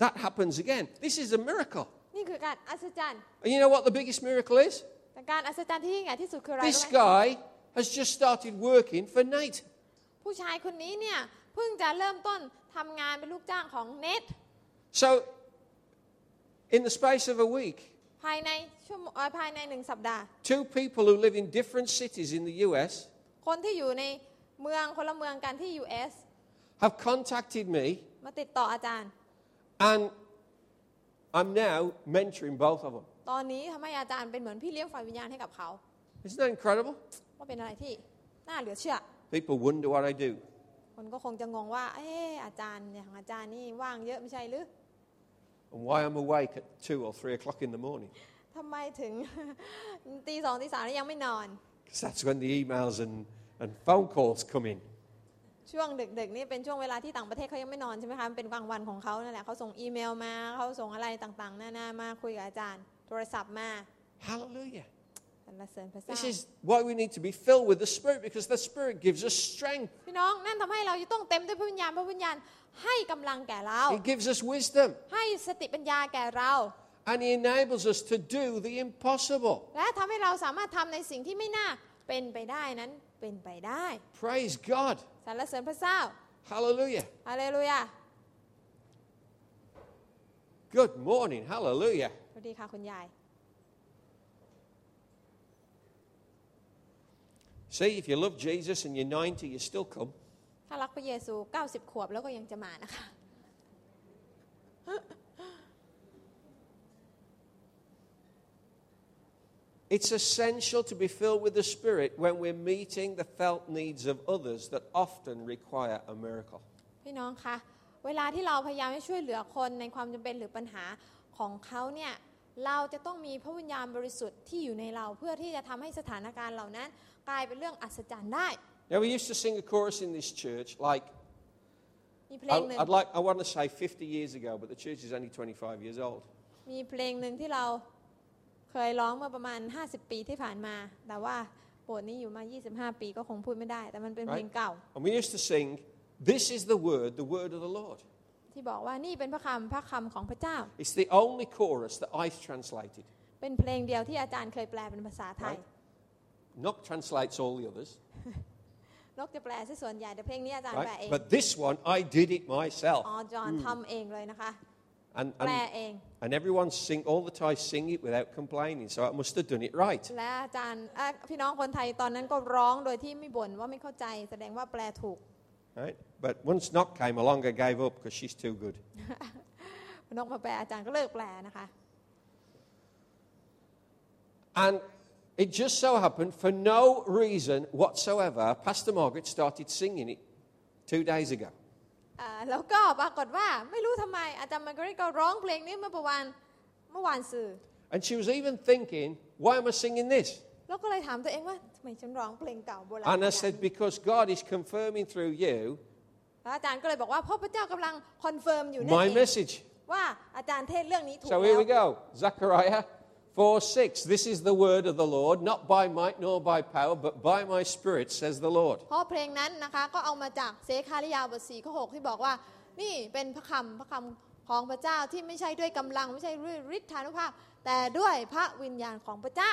A: that happens again. This is a miracle.
B: ๆ นี่คือการอัศจรรย์
A: And you know what the biggest miracle is?
B: แต่การอัศจรรย์ที่ยิ่งใหญ่ที่สุดคืออะไร
A: This
B: รู้ไหม
A: guy has just started working for Nate.
B: ผู้ชายคนนี้เนี่ยเพิ่งจะเริ่มต้นทำงานเป็นลูกจ้างของเน็ต
A: So in the space of a week,
B: ภายในชั่วโมงเอ่อภายในหนึ่งสัปดาห์
A: two people who live in different cities in the US
B: คนที่อยู่ในเมืองคนละเมืองกันที่ US
A: have contacted me
B: มาติดต่ออาจารย์
A: and I'm now mentoring both of them.
B: ตอนนี้ทำให้อาจารย์เป็นเหมือนพี่เลี้ยงฝ่ายวิญญาณให้กับเขา
A: Isn't that incredible?
B: ว่าเป็นอะไรที่น่าเหลือเชื่อ
A: People wonder what I do.
B: คนก็คงจะงงว่า เอออาจารย์อย่างอาจารย์นี่ว่างเยอะไม่ใช่หรือ
A: And why I'm awake at two or three o'clock in the morning.
B: ทำไมถึง <laughs> ตีสองตีสามแล้วยังไม่นอน
A: Because that's when the emails and, and phone calls come in.
B: ช่วงดึกๆนี่เป็นช่วงเวลาที่ต่างประเทศเขายังไม่นอนใช่ไหมคะมันเป็นกลางวันของเขานั่นแหละเขาส่งอีเมลมาเขาส่งอะไรต่างๆนานามาคุยกับอาจารย์ โทรศัพท์มา
A: Hallelujah.
B: สรรเสริญพระเจ้า
A: This is why we need to be filled with the Spirit because the Spirit gives us strength.
B: พี่น้องนั่นทำให้เราจะต้องเต็มด้วยพระวิญญาณพระวิญญาณให้กำลังแก่เรา
A: It gives us wisdom
B: ให้สติปัญญาแก่เรา
A: and He enables us to do the impossible.
B: และทำให้เราสามารถทำในสิ่งที่ไม่น่าเป็นไปได้นั้นเป็นไปได้
A: Praise God.
B: สรรเสริญพระเจ้า
A: Hallelujah.
B: ฮาเลลูยา
A: Good morning. Hallelujah.
B: สวัสดีค่ะคุณยาย
A: See, if you love Jesus and you're 90, you still come.
B: ถ้ารักพระเยซู 90 ขวบแล้วก็ยังจะมานะคะ
A: It's essential to be filled with the Spirit when we're meeting the felt needs of others that often require a miracle.
B: พี่น้องคะ เวลาที่เราพยายามจะช่วยเหลือคนในความจำเป็นหรือปัญหาของเขาเนี่ย เราจะต้องมีพระวิญญาณบริสุทธิ์ที่อยู่ในเราเพื่อที่จะทำให้สถานการณ์เหล่านั้น กลายเป็นเรื่องอัศจรรย์ได้
A: Now, we used to sing a chorus in this church like,
B: มีเพล
A: I,
B: งหนึ่ง
A: would like, I want to say 50 years ago, but the church is only 25 years old.
B: มีเพลงหนึ่งที่เราเคยร้องเมื่อประมาณ 50 ปีที่ผ่านมา แต่ว่าโบสถ์นี้อยู่มา 25 ปีก็คงพูดไม่ได้ แต่มันเป็นเพลงเก่า
A: And we used to sing, This is the word, the word of the Lord.
B: ที่บอกว่านี่เป็นพระคำพระคำของพระเจ้า
A: It's the only chorus that I've translated.
B: เป็นเพลงเดียวที่อาจารย์เคยแปลเป็นภาษาไทย
A: Right. Nock translates all the others.
B: นกจะแปลซะส่วนใหญ่แต่เพลงนี้อาจารย์แปล
A: Right?
B: เอง
A: But this one, I did it myself.
B: อ๋อจอห์นทำเองเลยนะคะ
A: And,
B: แปล
A: and,
B: เอง
A: and everyone sing, all the time sing it without complaining. So I must have done it right.
B: และอาจารย์อ่ะพี่น้องคนไทยตอนนั้นก็ร้องโดยที่ไม่บ่นว่าไม่เข้าใจ แสดงว่าแปลถูก
A: right? But once Nock came along, I gave up because she's too good.
B: นกมาแปลอาจารย์ก็เลิกแปลนะคะ
A: And it just so happened, for no reason whatsoever, Pastor Margaret started singing it two days ago.
B: อ่าแล้วก็ปรากฏว่าไม่รู้ทำไมอาจารย์มาร์กาเรตก็ร้องเพลงนี้เมื่อประวันเมื่อวานสื่อ
A: And she was even thinking, why am I singing this?
B: แล้วก็เลยถามตัวเองว่าทำไมฉันร้องเพลงเก่าโบราณ
A: And I
B: ขนาด
A: said,
B: นี้
A: because God is confirming through you
B: แล้วอาจารย์ก็เลยบอกว่าเพราะพระเจ้ากำลังคอนเฟิร์มอยู่นั่น
A: my
B: เอง
A: message.
B: ว่าอาจารย์เทศเรื่องนี้ถูก
A: So
B: แล้
A: here
B: ว
A: we go. Zechariah 4 6. This is the word of the Lord, not by might nor by power, but by my spirit, says the Lord.
B: เพราะเพลงนั้นนะคะก็เอามาจากเซคาริยาบทสี่ข้อหกที่บอกว่า นี่เป็นพระคำพระคำของพระเจ้าที่ไม่ใช่ด้วยกำลังไม่ใช่ด้วยฤทธานุภาพ แต่ด้วยพระวิญญาณของพระเจ้า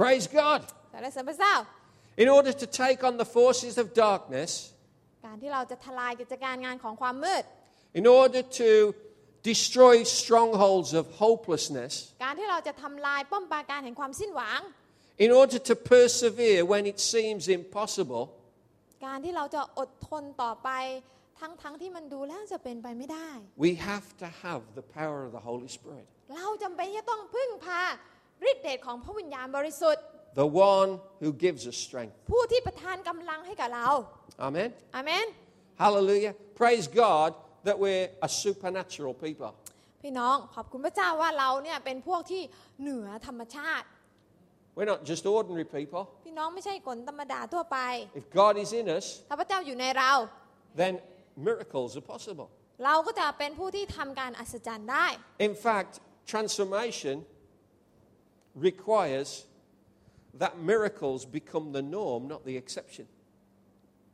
A: Praise God.
B: สารเสริญพระเจ้า
A: In order to take on the forces of darkness,
B: การที่เราจะทลายกิจการงานของความมืด
A: in order to destroy strongholds of hopelessness,
B: การที่เราจะทำลายป้อมปราการแห่งความสิ้นหวัง
A: in order to persevere when it seems impossible,
B: การที่เราจะอดทนต่อไปทั้งๆทที่มันดูแล้วจะเป็นไปไม่ได้
A: we have to have the power of the Holy Spirit,
B: เราจำเป็นจะต้องพึ่งพาฤทธิเดชของพระวิญญาณบริสุทธิ์
A: the one who gives us strength.
B: ผู้ที่ประทานกำลังให้กับเรา
A: Amen.
B: อาเมน
A: Hallelujah. Praise God that we're a supernatural people.
B: พี่น้องขอบคุณพระเจ้าว่าเราเนี่ยเป็นพวกที่เหนือธรรมชาติ
A: We're not just ordinary people.
B: พี่น้องไม่ใช่คนธรรมดาทั่วไป
A: If God is in us,
B: ถ้าพระเจ้าอยู่ในเรา
A: then miracles are possible.
B: เราก็จะเป็นผู้ที่ทำการอัศจรรย์ได้
A: In fact, transformation requires that miracles become the norm, not the exception.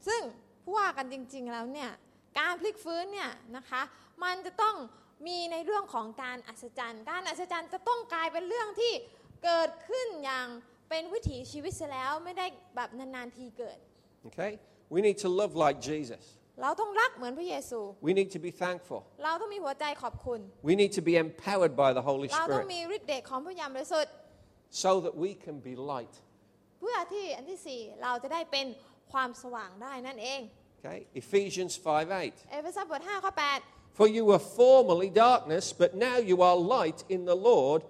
B: ซึ่งผู้ว่ากันจริง ๆแล้วเนี่ยการพลิกฟื้นเนี่ยนะคะ มันจะต้องมีในเรื่องของการอัศจรรย์ การอัศจรรย์จะต้องกลายเป็นเรื่องที่เกิดขึ้นอย่างเป็นวิถีชีวิตเสียแล้วไม่ได้แบบนานๆทีเกิด
A: Okay? We need to love like Jesus.
B: เราต้องรักเหมือนพระเยซู
A: We need to be thankful.
B: เราต้องมีหัวใจขอบคุณ
A: We need to be empowered by the Holy
B: เราต้อง
A: Spirit
B: มีฤทธิ์เดชของพระยามบริสุทธิ์
A: so that we can be light.
B: เพื่อที่อันที่สี่เราจะได้เป็นความสว่างได้นั่นเอง
A: Okay? Ephesians 5 8.
B: เอเฟซัสบท5ข้อ8
A: For you were formerly darkness, but now you are light in the Lord.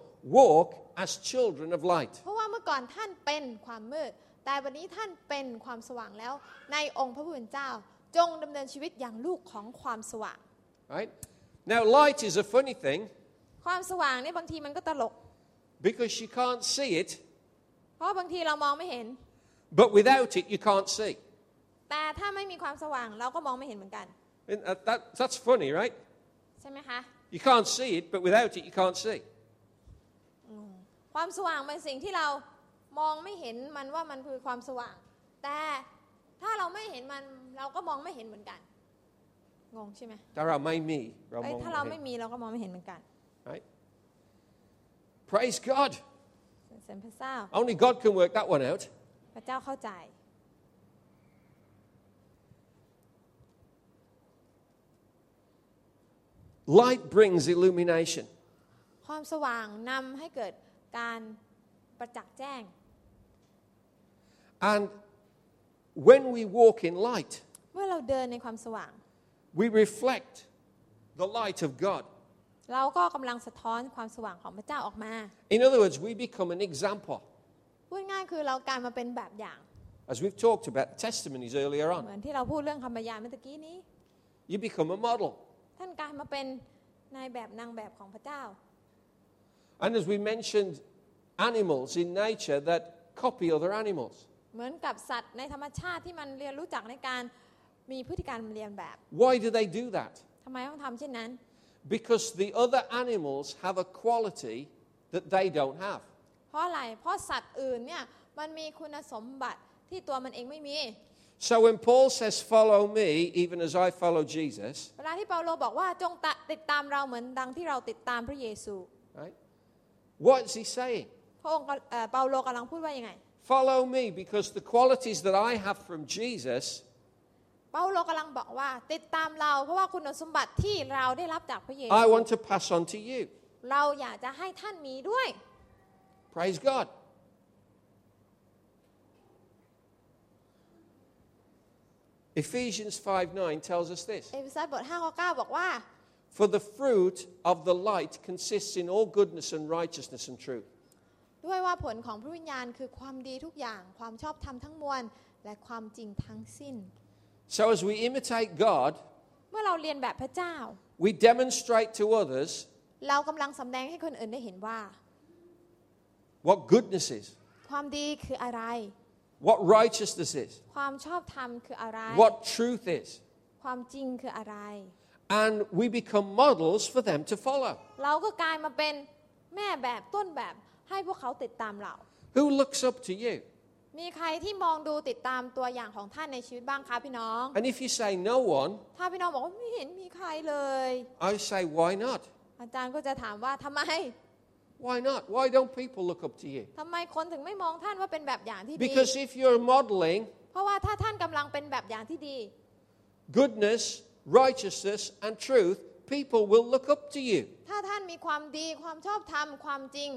A: Walk as children of light.
B: เพราะว่าเมื่อก่อนท่านเป็นความมืด แต่วันนี้ท่านเป็นความสว่างแล้ว ในองค์พระผู้เป็นเจ้า จงดำเนินชีวิตอย่างลูกของความสว่าง
A: Right? Now, light is a funny thing
B: ความสว่างเนี่ยบางทีมันก็ตลก
A: because you can't see it,
B: เพราะบางทีเรามองไม่เห็น
A: but without it, you can't see.
B: แต่ถ้าไม่มีความสว่างเราก็มองไม่เห็นเหมือนกัน
A: Isn't That, that- that's funny, right?
B: ใช่ไหมคะ
A: You can't see it, but without it, you can't see.
B: ความสว่างเป็นสิ่งที่เรามองไม่เห็นมันว่ามันคือความสว่าง แต่ถ้าเราไม่เห็นมันเราก็มองไม่เห็นเหมือนกัน งงใช่ไหม
A: Dara, may me.
B: เอ้ย
A: Ramon,
B: ถ้าเรา
A: may.
B: ไม่มีเราก็มองไม่เห็นเหมือนกัน
A: Right? Praise God.
B: เซนพระเจ้า
A: Only God can work that one out.
B: พระเจ้าเข้าใจ
A: Light brings illumination.
B: ความสว่างนำให้เกิดการประจักษ์แจ้ง
A: And When we walk in light,
B: เมื่อเราเดินในความสว่าง
A: we reflect the light of God.
B: เราก็กำลังสะท้อนความสว่างของพระเจ้าออกมา
A: In other words, we become an example,
C: พูดง่ายคือเรากลายมาเป็นแบบอย่าง
A: as we've talked about testimonies earlier
B: เห
A: on.
B: มือนที่เราพูดเรื่องคำพยานเมื่อตะกี้นี้
A: You become a model.
B: ท่านกลายมาเป็นนายแบบนางแบบของพระเจ้า
A: And as we mentioned, animals in nature that copy other animals.
B: เหมือนกับสัตว์ในธรรมชาติที่มันเรียนรู้จักในการมีพฤติกรรมเรียนแบบ
A: Why do they do that?
B: ทำไมต้องทำเช่นนั้น
A: Because the other animals have a quality that they don't have.
B: เพราะอะไร เพราะสัตว์อื่นเนี่ยมันมีคุณสมบัติที่ตัวมันเองไม่มี
A: So when Paul says, Follow me, even as I follow Jesus,
B: เวลาที่เปาโลบอกว่าจงตะติดตามเราเหมือนดังที่เราติดตามพระเยซู
A: right? What's he saying?
B: พระองค์ก็เอ่อเปาโลกำลังพูดว่ายังไง
A: Follow me because the qualities that I have from Jesus
B: เปาโลกำลังบอกว่า ติดตามเราเพราะว่าคุณสมบัติที่เราได้รับจากพระเยซู
A: I want to pass on to you.
B: เราอยากจะให้ท่านมีด้วย
A: Praise God. Ephesians 5 9 tells us this
C: เอเฟซัสบท5ข้อ9บอกว่า
A: For the fruit of the light consists in all goodness and righteousness and truth.
C: ด้วยว่าผลของพระวิญญาณคือความดีทุกอย่าง ความชอบธรรมทั้งมวล และความจริงทั้งสิ้น
A: So as we imitate God,
B: เมื่อเราเรียนแบบพระเจ้า
A: we demonstrate to others
C: เรากำลังสำแดงให้คนอื่นได้เห็นว่า
A: what goodness is,
C: ความดีคืออะไร
A: what righteousness is,
B: ความชอบธรรมคืออะไร
A: what truth is.
B: ความจริงคืออะไร
A: And we become models for them to follow.
B: เราก็กลายมาเป็นแม่แบบต้นแบบให้พวกเขาติดตามเรา
A: Who looks up to you?
B: มีใครที่มองดูติดตามตัวอย่างของท่านในชีวิตบ้างคะพี่น้อง
A: And if you say no one,
B: ถ้าพี่น้องบอกว่าไม่เห็นมีใครเลย
A: I say, why not?
B: อาจารย์ก็จะถามว่าทำไม
A: Why not? Why don't people look up to you?
B: ทำไมคนถึงไม่มองท่านว่าเป็นแบบอย่างที่ดี
A: Because if you're modeling
B: เพราะว่าถ้าท่านกำลังเป็นแบบอย่างที่ดี
A: goodness, righteousness, and truth, people will look up to you.
B: ถ้าท่านมีความดีความชอบธรรมความจริง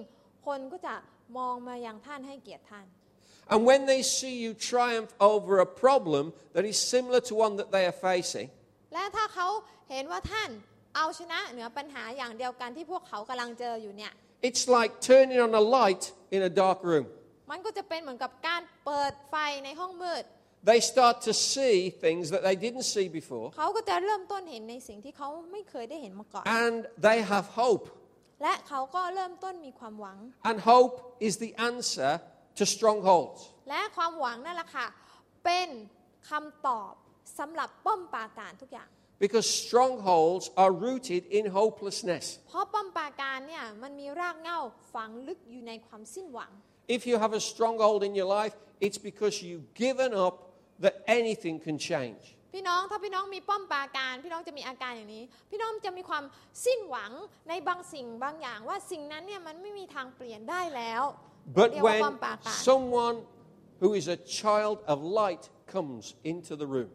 B: คนก็จะมองมาอย่างท่านให้เกียรติท่าน
A: And when they see you triumph over a problem that is similar to one that they are facing,
B: และถ้าเขาเห็นว่าท่านเอาชนะเหนือปัญหาอย่างเดียวกันที่พวกเขากำลังเจออยู่เนี่ย
A: it's like turning on a light in a dark room.
B: มันก็จะเป็นเหมือนกับการเปิดไฟในห้องมืด
A: They start to see things that they didn't see before,
B: เขาก็จะเริ่มต้นเห็นในสิ่งที่เขาไม่เคยได้เห็นมาก่อน
A: and they have hope.
B: และเขาก็เริ่มต้นมีความหวัง
A: And hope is the answer to strongholds.
B: และความหวังนั่นแหละค่ะ เป็นคำตอบสำหรับป้อมปราการทุกอย่าง
A: Because strongholds are rooted in hopelessness.
B: เพราะป้อมปราการเนี่ยมันมีรากเหง้าฝังลึกอยู่ในความสิ้นหวัง
A: If you have a stronghold in your life, it's because you've given up that anything can change.
B: พี่น้องถ้าพี่น้องมีป้อมปราการ พี่น้องจะมีอาการอย่างนี้ พี่น้องจะมีความสิ้นหวังในบางสิ่งบางอย่างว่าสิ่งนั้นเนี่ยมันไม่มีทางเปลี่ยนได้แล้ว
A: But
B: เรียกว่าป้อ
A: when
B: มปราการ
A: someone who is a child of light comes into the room,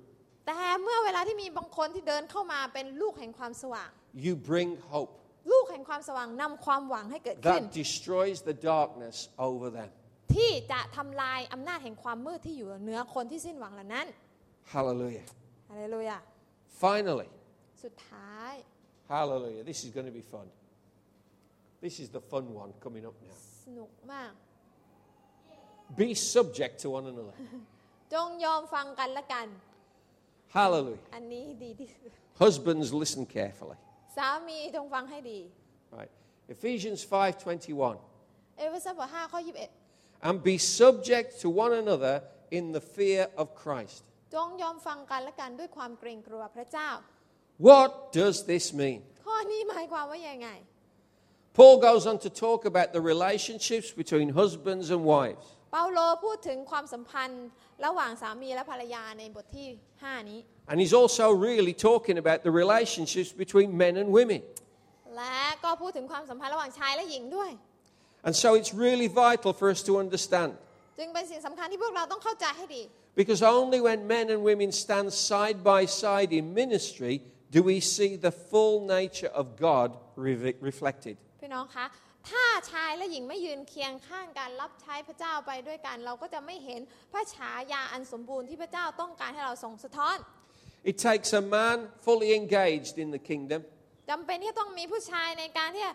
B: แต่เมื่อเวลาที่มีบางคนที่เดินเข้ามาเป็นลูกแห่งความสว่าง
A: you bring hope
B: ลูกแห่งความสว่างนำความหวังให้เกิดขึ้น
A: that destroys the darkness over them.
B: ที่จะทำลายอำนาจแห่งความมืดที่อยู่เหนือคนที่สิ้นหวังเหล่านั้น
A: Hallelujah.
B: อะไรเลยอะ
A: Finally,
B: สุดท้าย
A: hallelujah. This is going to be fun. This is the fun one coming up now.
B: สนุกมาก
A: Be subject to one another.
B: จงยอมฟังกันละกัน
A: Hallelujah.
B: อันนี้ดีที่สุด
A: Husbands, listen carefully.
B: สามีจงฟังให้ดี
A: Right. Ephesians 5:21.
C: เอเฟซัสบท5ข้อ21
A: And be subject to one another in the fear of Christ.
C: จงยอมฟังกันและกันด้วยความเกรงกลัวพระเจ้า
A: What does this mean?
C: ข้อนี้หมายความว่ายังไง
A: Paul goes on to talk about the relationships between husbands and wives.
B: เปาโลพูดถึงความสัมพันธ์ระหว่างสามีและภรรยาในบทที่ 5 นี้
A: And he's also really talking about the relationships between men and women.
B: และก็พูดถึงความสัมพันธ์ระหว่างชายและหญิงด้วย
A: And so it's really vital for us to understand
B: จึงเป็นสิ่งสำคัญที่พวกเราต้องเข้าใจให้ดี
A: because only when men and women stand side by side in ministry do we see the full nature of God re- reflected.
B: พี่น้องคะ ถ้าชายและหญิงไม่ยืนเคียงข้างกันรับใช้พระเจ้าไปด้วยกัน เราก็จะไม่เห็นพระฉายาอันสมบูรณ์ที่พระเจ้าต้องการให้เราส่งสะท้อน
A: It takes a man fully engaged in the kingdom
B: จำเป็นที่จะต้องมีผู้ชายในการที่จะ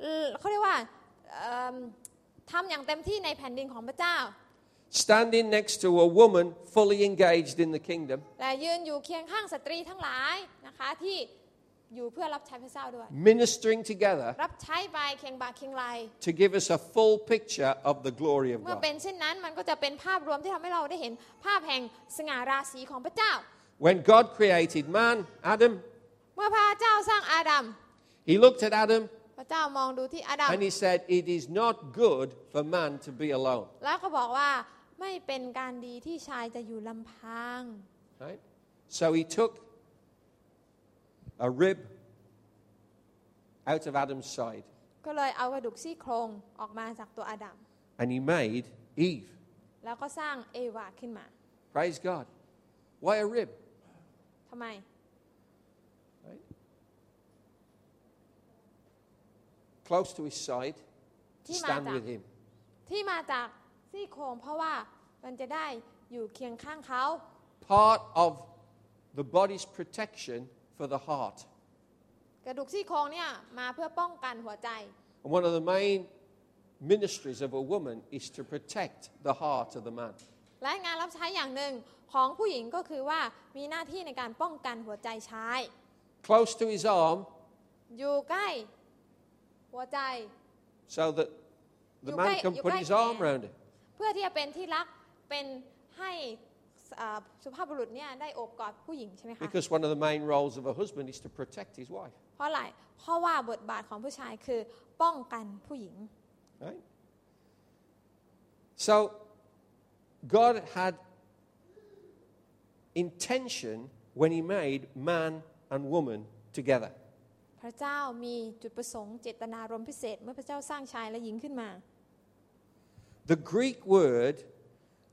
B: เอ่อเขาเรียกว่าเอิ่มทำอย่างเต็มที่ในแผ่นดินของพระเจ้า
A: standing next to a woman fully engaged in the kingdom,
B: และยืนอยู่เคียงข้างสตรีทั้งหลายนะคะที่อยู่เพื่อรับใช้พระเจ้าด้วย
A: ministering together
B: รับใช้ไปเคียงบ่าเคียงไหล
A: to give us a full picture of the glory of
B: เมื่อ
A: God.
B: เป็นเช่นนั้นมันก็จะเป็นภาพรวมที่ทำให้เราได้เห็นภาพแห่งสง่าราศีของพระเจ้า
A: When God created man, Adam,
B: เมื่อพระเจ้าสร้างอาดัม
A: he looked at Adam
B: พระเจ้ามองดูที่อาดัม
A: and he said, It is not good for man to be alone.
B: แล้วก็บอกว่าไม่เป็นการดีที่ชายจะอยู่ลำพัง
A: Right? So he took a rib out of Adam's side
B: ก็เลยเอากระดูกซี่โครงออกมาจากตัวอาดัม
A: and he made Eve.
B: แล้วก็สร้างเอวาขึ้นมา
A: Praise God. Why a rib?
B: ทำไม
A: Right? Close to his side to
B: Team
A: stand
B: Adam.
A: with him.
B: ที่มาจากซี่โครงเพราะว่ามันจะได้อยู่เคียงข้างเขา
A: Part of the body's protection for the heart.
B: กระดูกซี่โครงเนี่ยมาเพื่อป้องกันหัวใจ
A: And one of the main ministries of a woman is to protect the heart of the man.
B: และงานรับใช้อย่างหนึ่งของผู้หญิงก็คือว่ามีหน้าที่ในการป้องกันหัวใจชาย
A: Close to his arm
B: อยู่ใกล้หัวใจ
A: so that the
B: You
A: man
B: guy-
A: can
B: you
A: put
B: guy
A: his arm
B: can.
A: round her.
B: เพื่อที่จะเป็นที่รักเป็นให้เอ่อสุภาพบุรุษเนี่ยได้โอบกอดผู้หญิงใช่ไหมคะ
A: Because one of the main roles of a husband is to protect his wife.
B: เพราะอะไรเพราะว่าบทบาทของผู้ชายคือป้องกันผู้หญิง
A: Right? So, God had intention when He made man and woman together.
B: พระเจ้ามีจุดประสงค์เจตนารมณ์พิเศษ เมื่อพระเจ้าสร้างชายและหญิงขึ้นมา
A: The Greek word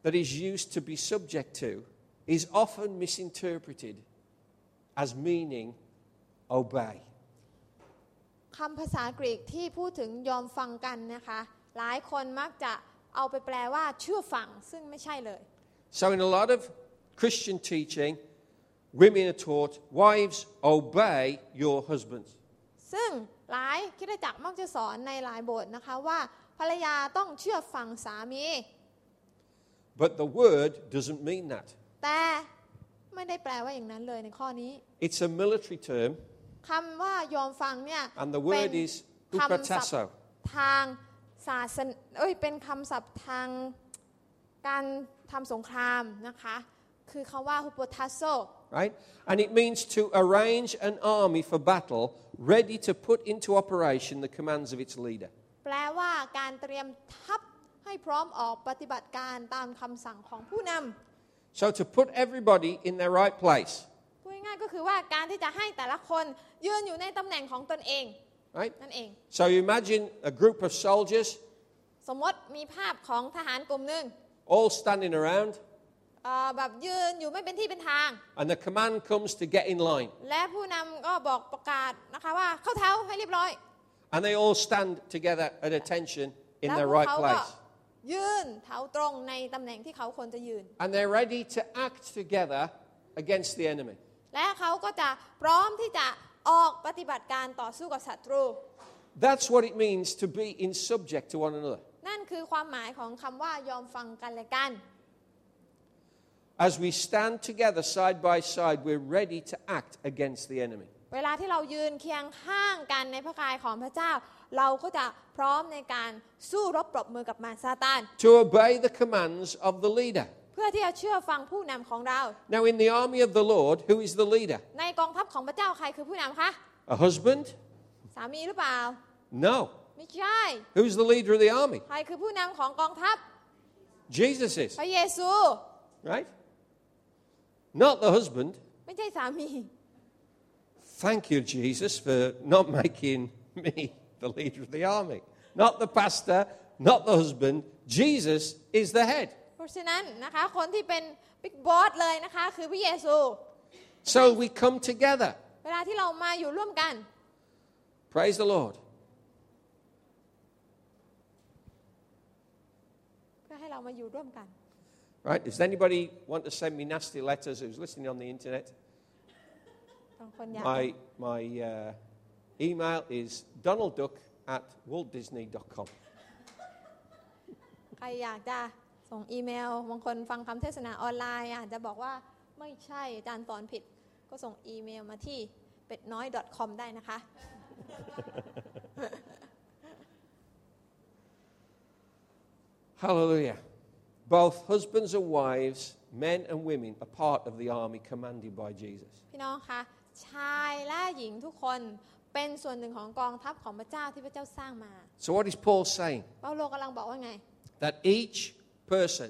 A: that is used to be subject to is often misinterpreted as meaning obey.
B: คำภาษากรีกที่พูดถึงยอมฟังกันนะคะ หลายคนมักจะเอาไปแปลว่าเชื่อฟังซึ่งไม่ใช่เลย
A: So, in a lot of Christian teaching, women are taught, wives, obey your husbands.
B: ซึ่งหลายคริดจักรมักจะสอนในหลายบทนะคะว่าภรรยาต้องเชื่อฟังสามี
A: But the word doesn't mean that.
B: แต่ไม่ได้แปลว่าอย่างนั้นเลยในข้อนี้
A: It's a military term.
B: คำว่ายอมฟังเนี่ย
A: And the
B: เป็
A: word
B: น
A: is
B: คำศัพ
A: hupratasso.
B: ท์ทางศาสนเอ้ยเป็นคำศัพท์ทางการทำสงครามนะคะ คือคำว่าฮุปทัสโซ
A: Right? And it means to arrange an army for battle ready to put into operation the commands of its leader.
B: แปลว่าการเตรียมทัพให้พร้อมออกปฏิบัติการตามคำสั่งของผู้น
A: So to put everybody in their right place.
B: ำพูดง่ายๆก็คือว่าการที่จะให้แต่ละคนยืนอยู่ในตำแหน่งของตนเอง
A: Right?
B: นั่นเอง
A: So you imagine a group of soldiers
B: สมมติมีภาพของทหารกลุ่มหนึ่ง
A: all standing around,
B: เอ่อแบบยืนอยู่ไม่เป็นที่เป็นทาง
A: and the command comes to get in line.
B: และผู้นำก็บอกประกาศนะคะว่าเข้าแถวให้เรียบร้อย
A: And they all stand together at attention in
B: แล้ว
A: their
B: พวก
A: right
B: เขาก็
A: place.
B: ยืนเท้าตรงในตำแหน่งที่เขาควรจะยืน
A: And they're ready to act together against the enemy.
B: และเขาก็จะพร้อมที่จะออกปฏิบัติการต่อสู้กับศัตรู
A: That's what it means to be in subject to one another.
B: นั่นคือความหมายของคำว่ายอมฟังกันและกัน
A: As we stand together side by side, we're ready to act against the enemy.
B: เวลาที่เรายืนเคียงข้างกันในพระกายของพระเจ้า เราก็จะพร้อมในการสู้รบปรบมือกับมารซาตาน
A: To obey the commands of the leader.
B: เพื่อที่จะเชื่อฟังผู้นำของเรา
A: Now, in the army of the Lord, who is the leader?
B: ในกองทัพของพระเจ้าใครคือผู้นำคะ
A: A husband?
B: สามีหรือเปล่า
A: No.
B: ไม่ใช่
A: Who's the leader of the army?
B: ใครคือผู้นำของกองทัพ
A: Jesus is,
B: พระเยซู
A: right? Not the husband.
B: ไม่ใช่สามี <laughs>
A: Thank you, Jesus, for not <laughs> making me the leader of the army. Not the pastor, not the husband. Jesus is the head.
B: เพราะฉะนั้นนะคะคนที่เป็นบิ๊กบอสเลยนะคะคือพระเยซู
A: So we come together.
B: เวลาที่เรามาอยู่ร่วมกัน
A: Praise the Lord.
B: พื่อให้เรามาอยู่ร่วมกัน
A: Right? Does anybody want to send me nasty letters who's listening on the internet?
B: บางคนอยาก
A: My, my uh, email is donaldduck at waltdisney.com.
B: ใครอยากจะส่งอีเมล บางคนฟังคำเทศนาออนไลน์อาจจะบอกว่าไม่ใช่อาจารย์สอนผิด ก็ส่งอีเมลมาที่เป็ดน้อย .com ได้นะคะ
A: Hallelujah. Both husbands and wives, men and women, are part of the army commanded by Jesus.
B: พี่น้องคะชายและหญิงทุกคนเป็นส่วนหนึ่งของกองทัพของพระเจ้าที่พระเจ้าสร้างมา
A: So, what is Paul saying?
B: เปาโลกำลังบอกว่าไง
A: That each person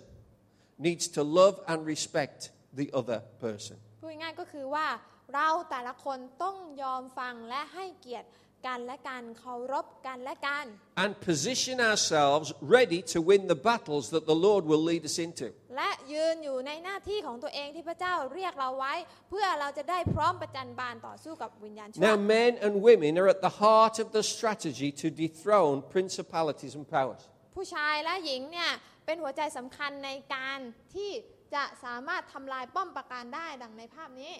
A: needs to love and respect the other person.
B: พูดง่ายๆก็คือว่าเราแต่ละคนต้องยอมฟังและให้เกียรติกันและกันเคารพกันและกัน
A: and position ourselves ready to win the battles that the Lord will lead us into.
B: และยืนอยู่ในหน้าที่ของตัวเองที่พระเจ้าเรียกเราไว้ เพื่อเราจะได้พร้อมประจันบานต่อสู้กับวิญญาณชั่ว
A: Now, men and women are at the heart of the strategy to dethrone principalities and powers.
B: ผู้ชายและหญิงเนี่ย เป็นหัวใจสำคัญในการที่จะสามารถทำลายป้อมปราการได้ดังในภาพนี้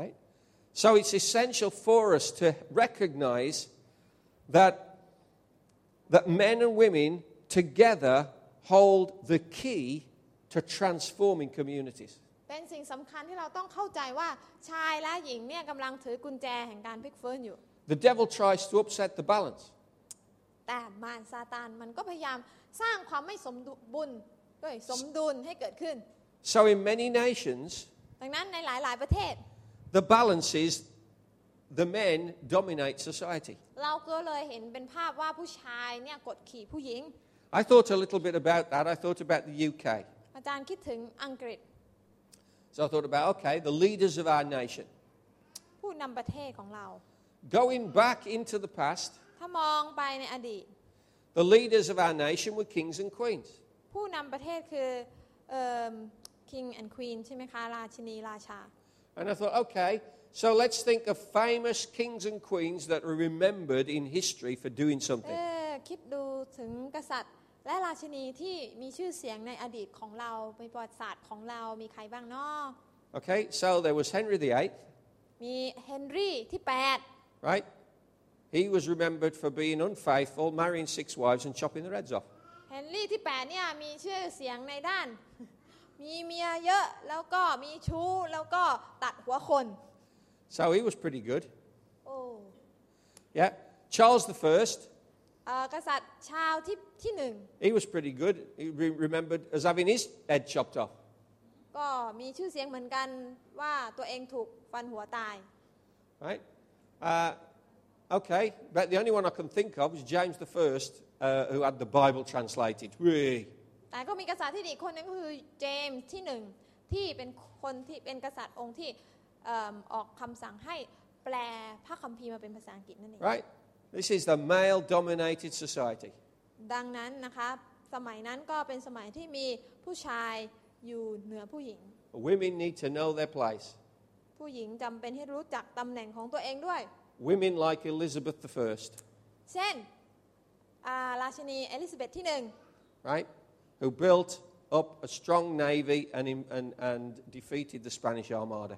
A: Right? So, it's essential for us to recognize that, that men and women together hold the key to transforming communities.
B: เป็นสิ่งสำคัญที่เราต้องเข้าใจว่าชายและหญิงเนี่ยกำลังถือกุญแจแห่งการพลิกฟื้นอยู่
A: The devil tries to upset the balance.
B: แต่มารซาตานมันก็พยายามสร้างความไม่สมดุบุญด้วยสมดุลให้เกิดขึ้น
A: So, in many nations,
B: ดังนั้นในหลาย ๆ ประเทศ
A: The balance is the men dominate society.
B: เราก็เลยเห็นเป็นภาพว่าผู้ชายเนี่ยกดขี่ผู้หญิง
A: I thought a little bit about that. I thought about the UK.
B: อาจารย์คิดถึงอังกฤษ
A: So I thought about, okay, the leaders of our nation.
B: ผู้นำประเทศของเรา
A: Going back into the past,
B: ถ้ามองไปในอดีต
A: the leaders of our nation were kings and queens.
B: ผู้นำประเทศคือเอิ่ม king and queen ใช่ไหมคะ ราชินีราชา
A: And I thought, okay, so let's think of famous kings and queens that are remembered in history for doing
B: เอ
A: something.
B: อคิดดูถึงกษัตริย์ และราชินีที่มีชื่อเสียงในอดีตของเราในประวัติศาสตร์ของเรามีใครบ้างเนาะ
A: Okay, so there was Henry VIII,
B: มีเฮนรี่ที่
A: right? He was remembered for being unfaithful, marrying six wives, and chopping the heads off.
B: 8 เฮนรี่ที่ 8 เนี่ย มีชื่อเสียงในด้าน <laughs> มีเมียเยอะแล้วก็มีชู้แล้วก็ตัดหัวคน
A: So he was pretty good.
B: โอ้
A: Yeah. Charles the First,
B: เอ่อกษัตริย์ชาวที่ที่หนึ่ง
A: he was pretty good. He re- remembered as having his head chopped off.
B: ก็มีชื่อเสียงเหมือนกันว่าตัวเองถูกฟันหัวตาย
A: Right? Uh, okay. But the only one I can think of is James the First, uh, who had the Bible translated. Whee!
B: แต่ก็มีกษัตริย์ที่ดีคนหนึงก็คือเจมส์ที่หนึ่งที่เป็นคนที่เป็นกษัตริย์องค์ที่เอิ่มออกคำสั่งให้แปลพระคัมภีร์มาเป็นภาษาอังกฤษนั่นเอง
A: Right? This is the male dominated society.
B: ดังนั้นนะคะสมัยนั้นก็เป็นสมัยที่มีผู้ชายอยู่เหนือผู้หญิง
A: Women need to know their place.
B: ผู้หญิงจำเป็นให้รู้จักตำแหน่งของตัวเองด้วย
A: Women like Elizabeth the First,
B: เช่นอ่าราชินีเอลิซาเบธที่หนึ่ง
A: right? Who built up a strong navy and, in- and, and defeated the Spanish Armada.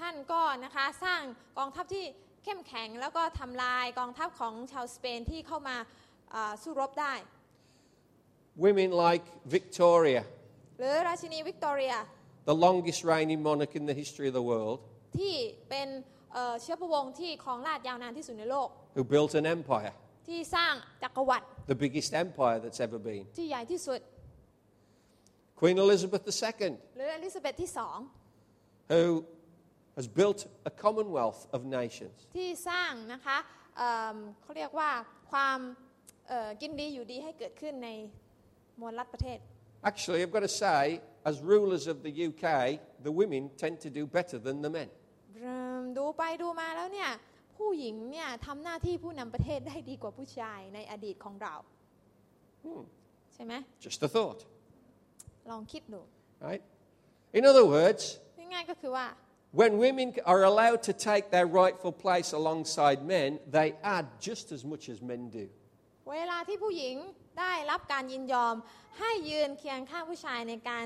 B: ท่านก็นะคะสร้างกองทัพที่เข้มแข็งแล้วก็ทำลายกองทัพของชาวสเปนที่เข้ามาอ่าสู้รบได้
A: Women like Victoria,
B: หรือราชินีวิกตอเรีย
A: the longest reigning monarch in the history of the world,
B: ที่เป็นเอ่อเชื้อพระวงศ์ที่ครองราชยาวนานที่สุดในโลก
A: who built an empire,
B: ที่สร้างจักรวรรดิ
A: the biggest empire that's ever been.
B: ที่ใหญ่ที่สุด
A: Queen Elizabeth II,
B: หรืออลิซาเบธที่สอง
A: who has built a commonwealth of nations.
B: ที่สร้างนะคะเอิ่มเขาเรียกว่าความเอ่อกินดีอยู่ดีให้เกิดขึ้นในมวลรัฐประเทศ
A: Actually, I've got to say, as rulers of the UK, the women tend to do better than the men.
B: เริ่มดูไปดูมาแล้วเนี่ย ผู้หญิงเนี่ยทำหน้าที่ผู้นำประเทศได้ดีกว่าผู้ชายในอดีตของเรา ใช่ไหม
A: Just a thought,
B: ลองคิดดู
A: right? In other words,
B: ง่ายๆก็คือว่า
A: when women are allowed to take their rightful place alongside men, they add just as much as men do.
B: เวลาที่ผู้หญิงได้รับการยินยอม ให้ยืนเคียงข้างผู้ชายในการ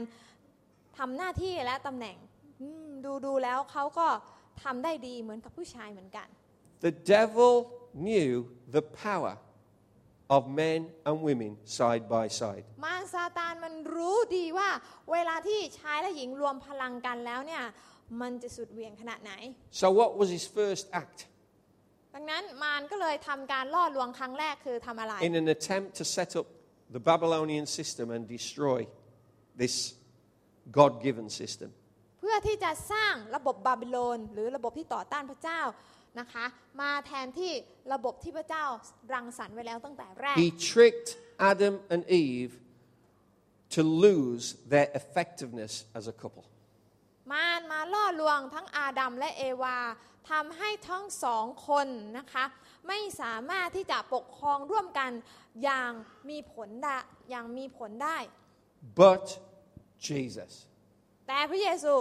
B: ทำหน้าที่และตำแหน่งอืมดูดูแล้วเขาก็ทำได้ดีเหมือนกับผู้ชายเหมือนกัน
A: The devil knew the power of men and women side by side.
B: มารซาตานมันรู้ดีว่า เวลาที่ชายและหญิงรวมพลังกันแล้วเนี่ยมันจะสุดเหวียงขนาดไหน
A: So, what was his first act
B: ดังนั้นมารก็เลยทำการล่อลวงครั้งแรกคือทำอะไร
A: in an attempt to set up the Babylonian system and destroy this God given system?
B: เพื่อที่จะสร้างระบบบาบิโลน หรือระบบที่ต่อต้านพระเจ้านะคะ มาแทนที่ระบบที่พระเจ้ารังสรรค์ไว้แล้วตั้งแต่แรก
A: He tricked Adam and Eve to lose their effectiveness as a couple.
B: มารมาล่อลวงทั้งอาดัมและเอวาทำให้ทั้งสองคนนะคะ ไม่สามารถที่จะปกครองร่วมกันอย่างมีผลได้อย่างมีผลได้
A: But Jesus
B: แต่พระเยซู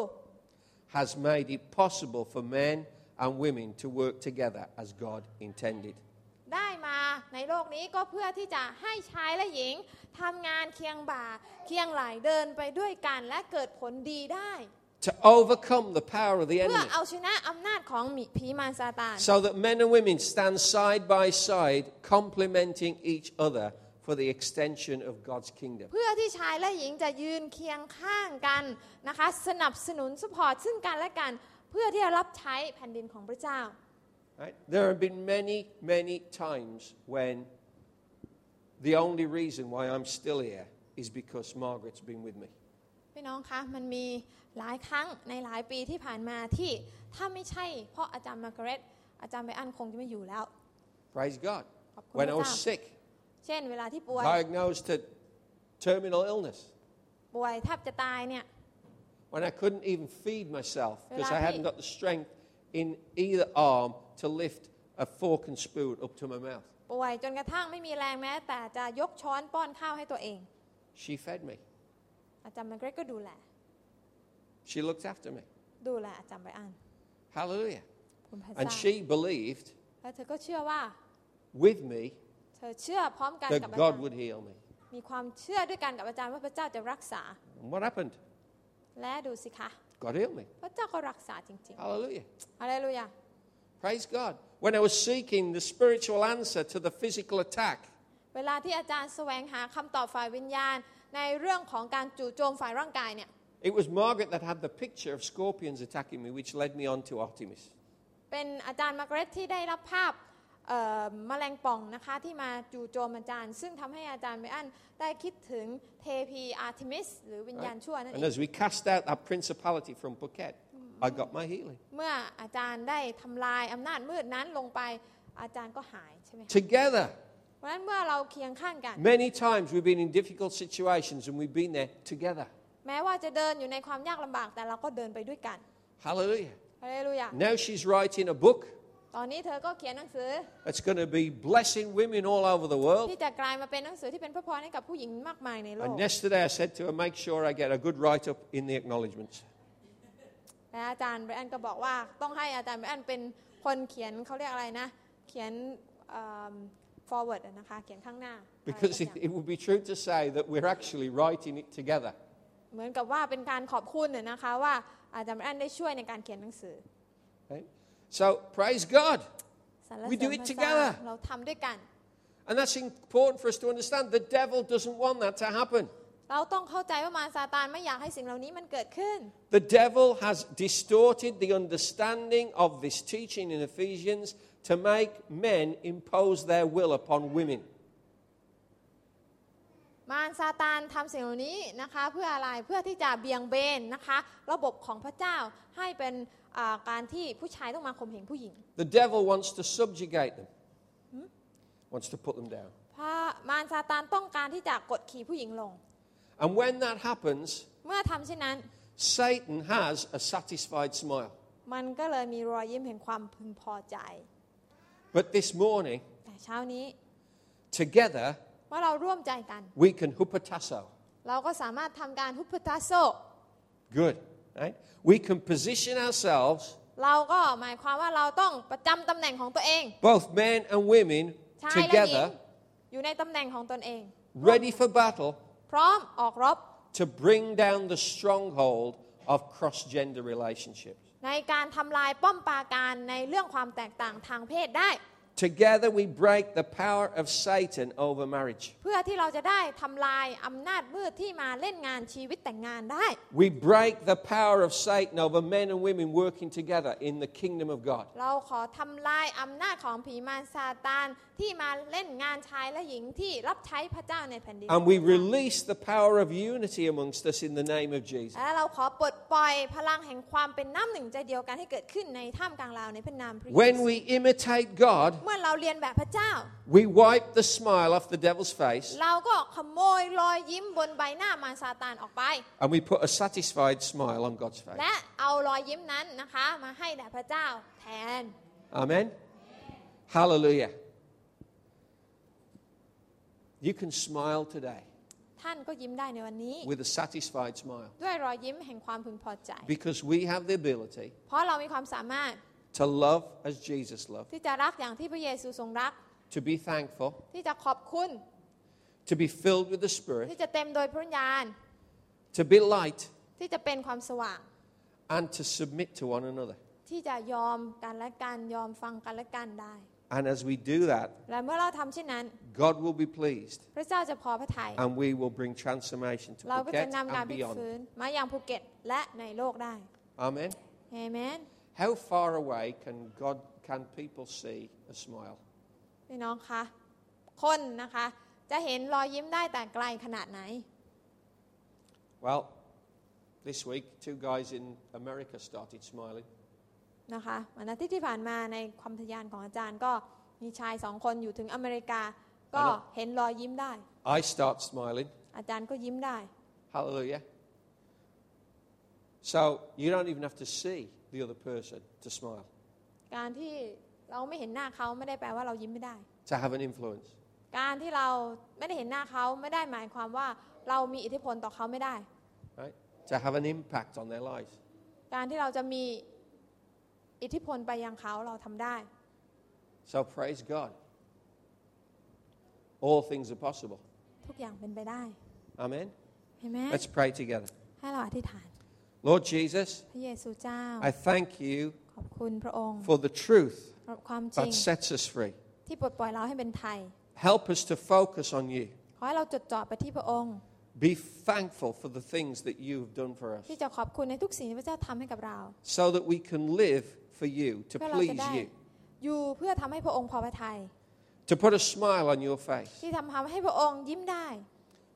A: has made it possible for men and women to work together as God intended.
B: ได้มาในโลกนี้ก็เพื่อที่จะให้ชายและหญิงทำงานเคียงบ่า เคียงไหลเดินไปด้วยกันและเกิดผลดีได้
A: To overcome the power of the
B: เพื่อ
A: enemy.
B: เอาชนะอำนาจของหมีผีมารซาตาน
A: So that men and women stand side by side, complementing each other for the extension of God's kingdom.
B: เพื่อที่ชายและหญิงจะยืนเคียงข้างกันนะคะ สนับสนุนสปอร์ตซึ่งกันและกัน เพื่อที่จะรับใช้แผ่นดินของพระเจ้า
A: Right? There have been many, many times when the only reason why I'm still here is because Margaret's been with me.
B: พี่น้องคะมันมีหลายครั้งในหลายปีที่ผ่านมาที่ถ้าไม่ใช่เพราะอาจารย์มาร์กาเร็ตอาจารย์ไบรอันคงจะไม่อยู่แล้ว
A: Praise God.
B: Of course,
A: When I was
B: Sam.
A: sick,
B: เช่น เวลาที่ป่วย
A: diagnosed to terminal illness,
B: ป่วยแทบจะตายเนี่ย
A: when I couldn't even feed myself because I
B: Right.
A: hadn't got the strength in either arm to lift a fork and spoon up to my mouth.
B: ป่วยจนกระทั่งไม่มีแรงแม้ แต่จะยกช้อนป้อนข้าวให้ตัวเอง
A: She fed me.
B: อาจารย์มาร์กาเร็ตก็ดูแล
A: She looked after me.
B: ดูแลอาจารย์ไบรอัน
A: Hallelujah.
B: คุณพระเจ้า
A: And she believed
B: และเธอก็เชื่อว่า
A: with me
B: เธอเชื่อพร้อมกันกับ
A: that
B: อาจาร
A: God
B: ย์
A: would heal me.
B: มีความเชื่อด้วยกันกับอาจารย์ว่าพระเจ้าจะรักษา
A: And what happened?
B: และดูสิคะ
A: God healed me.
B: พระเจ้าก็รักษาจริง
A: Hallelujah.
B: ๆฮาเลลูยา
A: Praise God. When I was seeking the spiritual answer to the physical attack,
B: เวลาที่อาจารย์แสวงหาคำตอบฝ่ายวิญญาณ ในเรื่องของการจู่โจมฝ่ายร่างกายเนี่ย
A: it was Margaret that had the picture of scorpions attacking me, which led me on to Artemis.
B: เป็นอาจารย์มาร์กาเร็ตที่ได้รับภาพเอ่อแมลงป่องนะคะที่มาจู่โจมอาจารย์ ซึ่งทำให้อาจารย์ไบรอันได้คิดถึงเทพีอาร์ติมิสหรือวิญญาณชั่วนั่นเอ
A: And
B: ง
A: as we cast out that principality from Phuket, I got my healing.
B: เมื่ออาจารย์ได้ทำลายอำนาจมืดนั้นลงไปอาจารย์ก็หายใช่ไหมคะ
A: Together,
B: เพราะฉะนั้นเมื่อเราเคียงข้างกัน
A: many times we've been in difficult situations and we've been there together.
B: แม้ว่าจะเดินอยู่ในความยากลำบากแต่เราก็เดินไปด้วยกัน
A: Hallelujah.
B: ฮาเลลูยา
A: Now she's writing a book
B: ตอนนี้เธอก็เขียนหนังสือ
A: that's going to be blessing women all over the world.
B: ที่จะกลายมาเป็นหนังสือที่เป็นพระพรให้กับผู้หญิงมากมายในโลก
A: And yesterday I said to her, make sure I get a good write up in the acknowledgements.
B: และอาจารย์ไบรอันก็บอกว่าต้องให้อาจารย์ไบรอันเป็นคนเขียนเขาเรียกอะไรนะ เขียนเอิ่ม forward อะนะคะ เขียนข้างหน้าอะไรสัก
A: Because it,
B: อย่าง
A: it would be true to say that we're actually writing it together.
B: เหมือนกับว่าเป็นการขอบคุณน่ะนะคะว่าอาจารย์ไบรอันได้ช่วยในการเขียนหนังสือ
A: right? So praise God.
B: สรรเสริญ
A: We do it
B: พระเจ้า
A: together.
B: เราทำด้วยกัน
A: And that's important for us to understand. The devil doesn't want that to happen.
B: เราต้องเข้าใจว่ามารซาตานไม่อยากให้สิ่งเหล่านี้มันเกิดขึ้น
A: The devil has distorted the understanding of this teaching in Ephesians to make men impose their will upon women.
B: มารซาตานทำสิ่งเหล่านี้นะคะเพื่ออะไรเพื่อที่จะเบี่ยงเบนนะคะ ระบบของพระเจ้าให้เป็นอ่าการที่ผู้ชายต้องมาข่มเหงผู้หญิง
A: The devil wants to subjugate them, wants to put them down.
B: พระมารซาตานต้องการที่จะกดขี่ผู้หญิงลง
A: And when that happens,
B: เมื่อทำเช่นนั้น
A: Satan has a satisfied smile.
B: มันก็เลยมีรอยยิ้มแห่งความพึงพอใจ
A: But this morning,
B: แต่เช้านี้
A: together,
B: เมื่อเราร่วมใจกัน
A: we can hupatasso.
B: เราก็สามารถทำการฮุปตาโซ
A: Good. Right? We can position ourselves,
B: เราก็หมายความว่าเราต้องประจำตำแหน่งของตัวเอง
A: both men and women,
B: ชายและหญิง
A: together
B: อยู่ในตำแหน่งของตนเอง
A: ready for battle
B: พร้อมออกรบ
A: to bring down the stronghold of cross gender relationships.
B: ในการทำลายป้อมปราการในเรื่องความแตกต่างทางเพศได้
A: Together we break the power of Satan over marriage.
B: เพื่อที่เราจะได้ทำลายอำนาจมืดที่มาเล่นงานชีวิตแต่งงานได้
A: We break the power of Satan over men and women working together in the kingdom of God.
B: เราขอทำลายอำนาจของผีมารซาตานที่มาเล่นงานชายและหญิงที่รับใช้พระเจ้าในแผ่นดิน
A: And we release the power of unity amongst us in the name of Jesus.
B: และเราขอปลดปล่อยพลังแห่งความเป็นน้ำหนึ่งใจเดียวกันให้เกิดขึ้นในท่ามกลางเราในพระนามพระเย
A: When
B: ซู
A: we imitate God,
B: เมื่อเราเรียนแบบพระเจ้า
A: we wipe the smile off the devil's face
B: เราก็ขโมยรอยยิ้มบนใบหน้ามารซาตานออกไป
A: and we put a satisfied smile on God's face.
B: และเอารอยยิ้มนั้นนะคะ มาให้แด่พระเจ้าแทน
A: Amen. Hallelujah. You can smile today
B: ท่านก็ยิ้มได้ในวันนี้
A: with a satisfied smile
B: ด้วยรอยยิ้มแห่งความพึงพอใจ
A: because we have the ability
B: เพราะเรามีความสามารถ
A: to love as Jesus loved,
B: ที่จะรักอย่างที่พระเยซูทรงรัก
A: to be thankful,
B: ที่จะขอบคุณ
A: to be filled with the Spirit,
B: ที่จะเต็มโดยพระญาณ
A: to be light,
B: ที่จะเป็นความสว่าง
A: and to submit to one another.
B: ที่จะยอมกันและกันยอมฟังกันและกันได้
A: And as we do that,
B: และเมื่อเราทำเช่นนั้น
A: God will be pleased
B: พระเจ้าจะพอพระทัย
A: and we will bring transformation to
B: เราก็จะ
A: Phuket
B: นำการ
A: and
B: พลิก
A: beyond.
B: ฟื้นมาอย่างภูเก็ตและในโลกได้
A: Amen.
B: เอเมน
A: How far away can God can people see a smile?
B: พี่น้องคะ คนนะคะ จะเห็นรอยยิ้มได้แต่ไกลขนาดไหน
A: Well, this week, two guys in America started smiling.
B: นะคะวันอาทิตย์ที่ผ่านมาในความทะยานของอาจารย์ก็มีชายสองคนอยู่ถึงอเมริกา ก็
A: อ่า
B: เห็นรอยยิ้มได้
A: I start smiling.
B: อาจารย์ก็ยิ้มได้
A: Hallelujah. So you don't even have to see the other person to smile,
B: การที่เราไม่เห็นหน้าเขาไม่ได้แปลว่าเรายิ้มไม่ได้
A: to have an influence.
B: การที่เราไม่ได้เห็นหน้าเขาไม่ได้หมายความว่าเรามีอิทธิพลต่อเขาไม่ได้
A: right? To have an impact on their lives.
B: การที่เราจะมีอิทธิพลไปยังเขาเราทำได้
A: So praise God. All things are possible.
B: ทุกอย่างเป็นไปได้
A: Amen.
B: เห็นไหม
A: Let's pray together.
B: ให้เราอธิษฐาน
A: Lord Jesus,
B: พระเยซูเจ้า
A: I thank you
B: ขอบคุณพระองค์
A: for the truth
B: สำหรับความจริง
A: that sets us free.
B: ที่ปลดปล่อยเราให้เป็นไทย
A: Help us to focus on you.
B: ขอให้เราจดจ่อไปที่พระองค์
A: Be thankful for the things that you've done for us
B: ที่จะขอบคุณในทุกสิ่งที่พระเจ้าทำให้กับเรา
A: so that we can live for you, to
B: เพื่อเราจะ
A: please
B: ได้
A: you,
B: อยู่เพื่อทำให้พระองค์พอพระทัย
A: to put a smile on your face.
B: ที่ทำให้พระองค์ยิ้มได้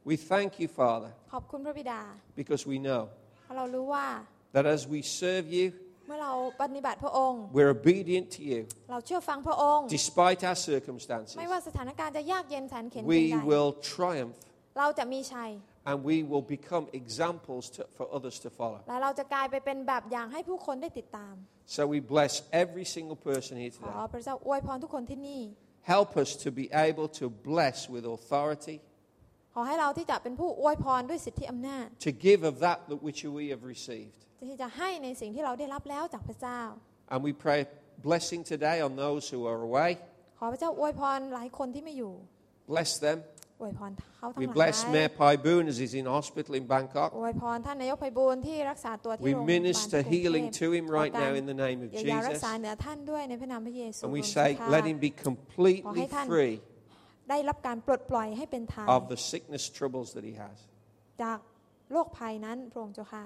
A: We thank you, Father,
B: ขอบคุณพระบิดา
A: because we know
B: เพราะเรารู้ว่า
A: that as we serve you,
B: เมื่อเราปฏิบัติพระองค์
A: we're obedient to you.
B: เราเชื่อฟังพระองค์
A: Despite our circumstances,
B: ไม่ว่าสถานการณ์จะยากเย็นแสนเข็ญเพียง
A: we
B: ใด
A: will triumph
B: เราจะมีชัย
A: and we will become examples to, for others to follow.
B: และเราจะกลายไปเป็นแบบอย่างให้ผู้คนได้ติดตาม
A: So we bless every single person here
B: ขอ
A: today.
B: พระเจ้าอวยพรทุกคนที่นี่
A: Help us to be able to bless with authority,
B: ขอให้เราที่จะเป็นผู้อวยพรด้วยสิทธิอำนาจ
A: to give of that that which we have received.
B: ที่จะให้ในสิ่งที่เราได้รับแล้วจากพระเจ้า
A: And we pray blessing today on those who are away.
B: ขอพระเจ้าอวยพรหลายคนที่ไม่อยู่
A: Bless them.
B: อวยพรเขาทั้ง
A: We
B: หล
A: bless
B: าย
A: Mayor Pai Boon as he's in hospital in
B: อ
A: Bangkok.
B: วยพรท่านนายกไพบูลย์ที่รักษาตัวที่
A: We
B: โรงพยาบาลกรุงเท
A: minister
B: พ
A: healing to him right
B: ขอการ
A: now in the name of
B: เยียวยารัก
A: Jesus.
B: ษาเหนือท่านด้วยในพระนามพระเยซู
A: And we
B: พระองค์
A: say,
B: เจ้า
A: let him be
B: ขอ
A: completely
B: ให้ท่าน
A: free
B: ได้รับการปลดปล่อยให้เป็นไทย
A: of the sickness troubles that he has.
B: จากโรคภัยนั้นพระองค์เจ้าค่ะ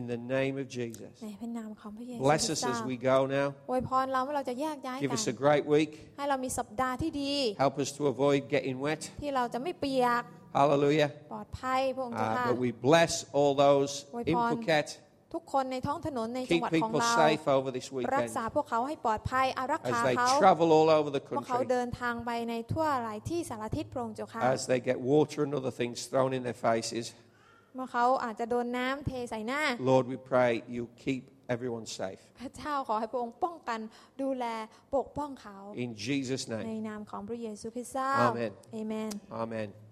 A: In the name of Jesus.
B: ในพระนามของพระเยซู
A: Bless
B: พระ
A: us
B: เจ้า
A: as we go now.
B: อวยพรเราเมื่อเราจะแยกย้าย
A: Give
B: กัน
A: us a great week.
B: ให้เรามีสัปดาห์ที่ดี
A: Help us to avoid getting wet.
B: ที่เราจะไม่เปียก
A: Hallelujah.
B: ปลอดภัยพระองค์เจ้า
A: Uh,
B: ค่ะ
A: but we bless all those
B: Oy
A: in
B: pon.
A: Phuket.
B: ทุกคนในท้องถนนในจัง
A: Keep
B: หวัดของ
A: people
B: เรา
A: safe over this
B: รัก
A: weekend
B: ษาพวกเขาให้ปลอดภัยอารัก
A: as
B: ขา
A: they
B: เขา
A: travel all over the
B: พวกเขา
A: country,
B: เดินทางไปในทั่วหลายที่สารทิศพระองค์เจ้าค่ะ
A: as they get water and other things thrown in their faces.
B: เมื่อเขาอาจจะโดนน้ำเทใส่หน้า
A: Lord, we pray you keep everyone safe.
B: พระเจ้าขอให้พระองค์ป้องกันดูแลปกป้องเขา
A: In Jesus'
B: ใน
A: name,
B: นามของพระเยซูคริสต์เจ้า
A: อาเมน
B: เอเมน
A: amen.